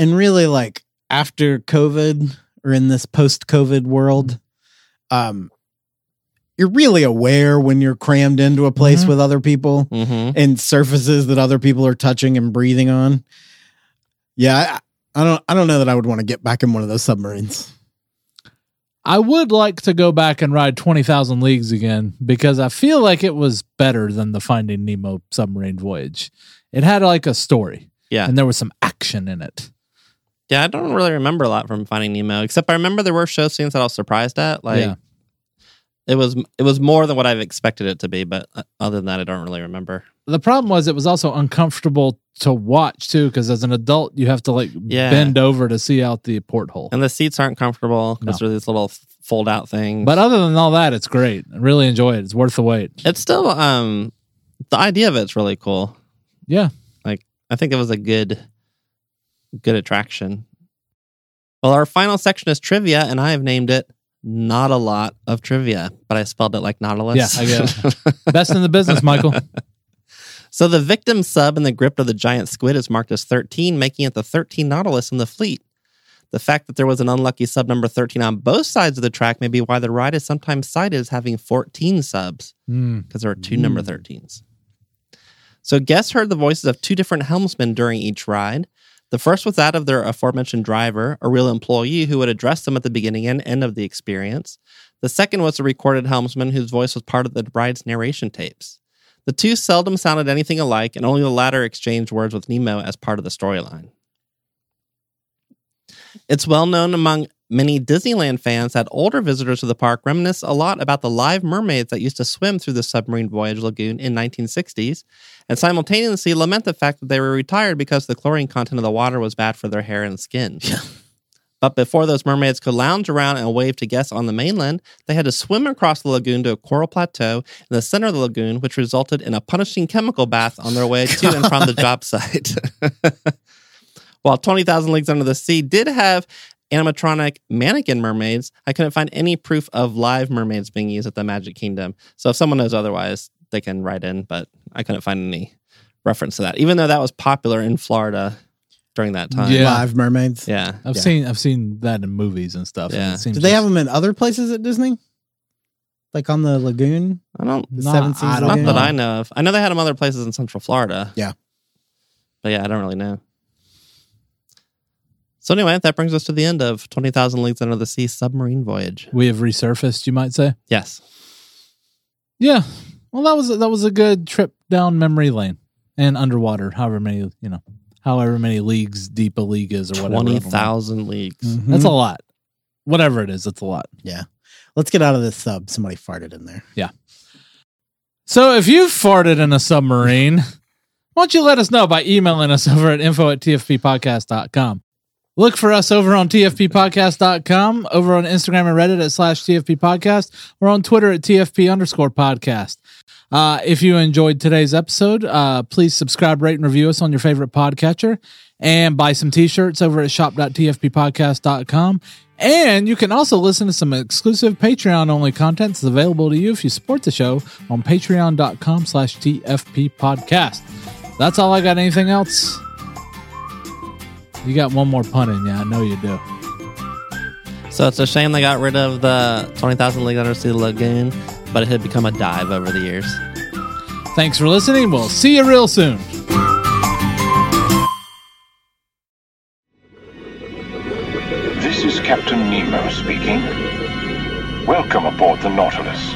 C: and really like after COVID or in this post-COVID world, um you're really aware when you're crammed into a place
B: Mhm.
C: with other people
D: hmm
C: and surfaces that other people are touching and breathing on. Yeah, I, I don't I don't know that I would want to get back in one of those submarines.
B: I would like to go back and ride Twenty Thousand Leagues again because I feel like it was better than the Finding Nemo submarine voyage. It had like a story,
D: Yeah.
B: and there was some action in it.
D: Yeah, I don't really remember a lot from Finding Nemo, except I remember there were show scenes that I was surprised at. Like
B: Yeah.
D: it was it was more than what I've expected it to be, but uh, other than that, I don't really remember.
B: The problem was it was also uncomfortable to watch too because as an adult you have to like
D: Yeah.
B: bend over to see out the porthole.
D: And the seats aren't comfortable because they're these little fold out things.
B: But other than all that, it's great. I really enjoy it. It's worth the wait.
D: it's still um the idea of it's really cool.
B: Yeah.
D: I think it was a good good attraction. Well, our final section is trivia, and I have named it Not a Lot of Trivia, but I spelled it like Nautilus.
B: Yeah, I get Best in the business, Michael.
D: So the victim sub in the grip of the giant squid is marked as 13, making it the 13 Nautilus in the fleet. The fact that there was an unlucky sub number 13 on both sides of the track may be why the ride is sometimes cited as having 14 subs,
B: Hmm.
D: because there are two number 13s. So guests heard the voices of two different helmsmen during each ride. The first was that of their aforementioned driver, a real employee who would address them at the beginning and end of the experience. The second was the recorded helmsman whose voice was part of the bride's narration tapes. The two seldom sounded anything alike, and only the latter exchanged words with Nemo as part of the storyline. It's well known among many Disneyland fans that older visitors to the park reminisce a lot about the live mermaids that used to swim through the submarine voyage lagoon in 1960s and simultaneously lament the fact that they were retired because the chlorine content of the water was bad for their hair and skin. But before those mermaids could lounge around and wave to guests on the mainland, they had to swim across the lagoon to a coral plateau in the center of the lagoon, which resulted in a punishing chemical bath on their way to and from the job site. While 20,000 Leagues Under the Sea did have animatronic mannequin mermaids, I couldn't find any proof of live mermaids being used at the Magic Kingdom. So if someone knows otherwise, they can write in, but I couldn't find any reference to that, even though that was popular in Florida during that time.
B: Yeah.
C: Live mermaids.
D: Yeah.
B: I've
C: Yeah.
B: seen I've seen that in movies and stuff.
D: Yeah.
B: And it seems
C: Do they have
B: just-
C: them in other places at Disney? Like on the lagoon?
D: I don't
C: The
B: Nah,
C: Seven
B: I
C: Seas
B: don't
D: Not
C: Lagoon?
D: that I know of. I know they had them other places in Central Florida.
C: Yeah.
D: But yeah, I don't really know. So anyway, that brings us to the end of 20,000 Leagues Under the Sea submarine voyage.
B: We have resurfaced, you might say.
D: Yes.
B: Yeah. Well, that was that was a good trip down memory lane and underwater, however many you know, however many leagues deep a league is or whatever. I don't know.
D: 20,000 leagues.
C: Mhm.
B: That's a lot. Whatever it is, it's a lot.
C: Let's get out of this sub. Somebody farted in there.
B: So if you farted in a submarine, why don't you let us know by emailing us over at info at tfppodcast.com. Look for us over on tfppodcast.com, over on Instagram and Reddit at slash tfppodcast, or on Twitter at tfp underscore podcast. Uh, if you enjoyed today's episode, uh, please subscribe, rate, and review us on your favorite podcatcher and buy some t shirts over at shop.tfppodcast.com. And you can also listen to some exclusive Patreon only content that's available to you if you support the show on patreon.com slash TFP podcast. That's all I got. Anything else? You got one more pun in you. I know you do. Hmm.
D: So it's a shame they got rid of the 20,000 Leagues Under the Sea Lagoon, but it had become a dive over the years.
B: Thanks for listening. We'll see you real soon.
A: This is Captain Nemo speaking. Welcome aboard the Nautilus.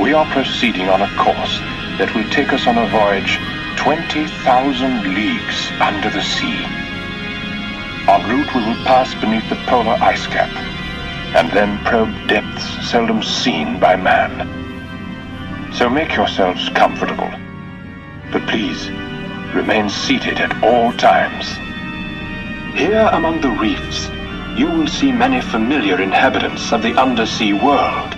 A: We are proceeding on a course that will take us on a voyage 20,000 leagues under the sea. En route, we will pass beneath the polar ice cap and then probe depths seldom seen by man. So make yourselves comfortable. But please, remain seated at all times. Here among the reefs, you will see many familiar inhabitants of the undersea world.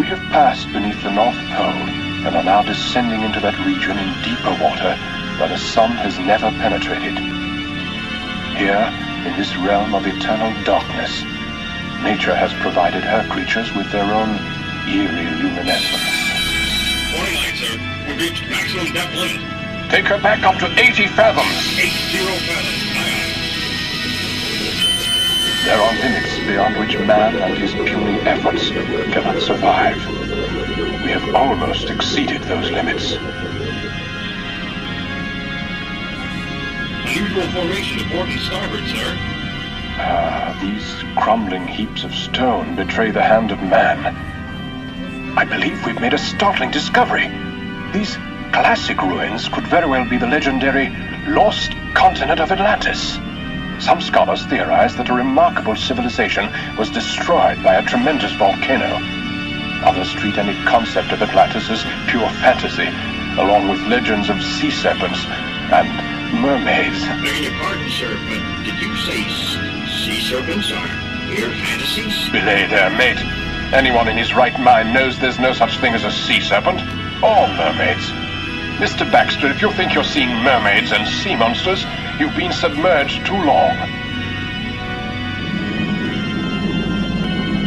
A: We have passed beneath the North Pole and are now descending into that region in deeper water where the sun has never penetrated. Here, in this realm of eternal darkness, nature has provided her creatures with their own eerie luminescence.
F: Warning light, sir. We've reached maximum depth limit.
A: Take her back up to 80 fathoms.
F: Eight zero fathoms. Aye, aye.
A: There are limits beyond which man and his puny efforts cannot survive. We have almost exceeded those limits.
F: Unusual formation aboard and starboard, sir.
A: Ah, these crumbling heaps of stone betray the hand of man. I believe we've made a startling discovery. These classic ruins could very well be the legendary lost continent of Atlantis. Some scholars theorize that a remarkable civilization was destroyed by a tremendous volcano. Others treat any concept of Atlantis as pure fantasy, along with legends of sea serpents and mermaids.
F: Beg your pardon, sir, but did you say s- sea serpents are mere fantasies?
A: Belay there, mate. Anyone in his right mind knows there's no such thing as a sea serpent or mermaids. Mr. Baxter, if you think you're seeing mermaids and sea monsters, you've been submerged too long.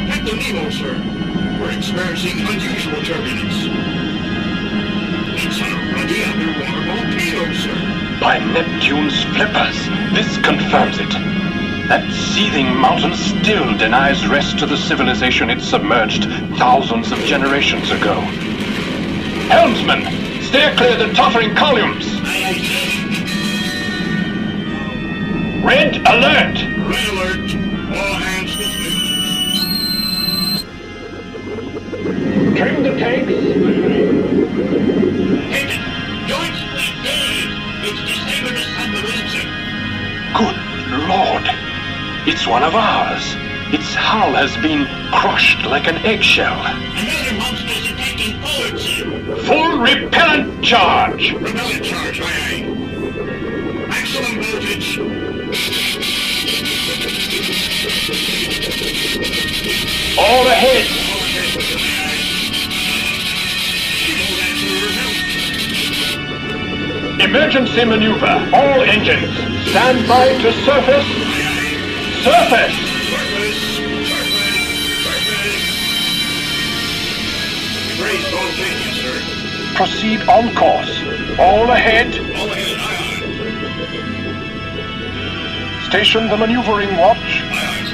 F: Captain Nemo, sir. We're experiencing unusual turbulence. It's a ruddy underwater volcano, sir.
A: By Neptune's flippers, this confirms it. That seething mountain still denies rest to the civilization it submerged thousands of generations ago. Helmsman, steer clear the tottering columns! Red alert!
F: Red alert. All hands dismissed.
A: Trim the tanks!
F: Captain, Deutsch is dead. It's disabling us submarine, sir.
A: Good lord! It's one of ours! Its hull has been crushed like an eggshell.
F: Another monster's attacking forward, sir.
A: Full repellent charge!
F: Repellant charge, aye, aye. Maximum voltage.
A: All ahead!
F: All hands to the man. Below that motor help.
A: Emergency maneuver. All engines. Stand by to surface. Surface!
F: Surface, surface, surface. Raise voltage, sir.
A: Proceed on course. All ahead.
F: All ahead, aye, aye.
A: Station the maneuvering watch.
F: Aye, aye.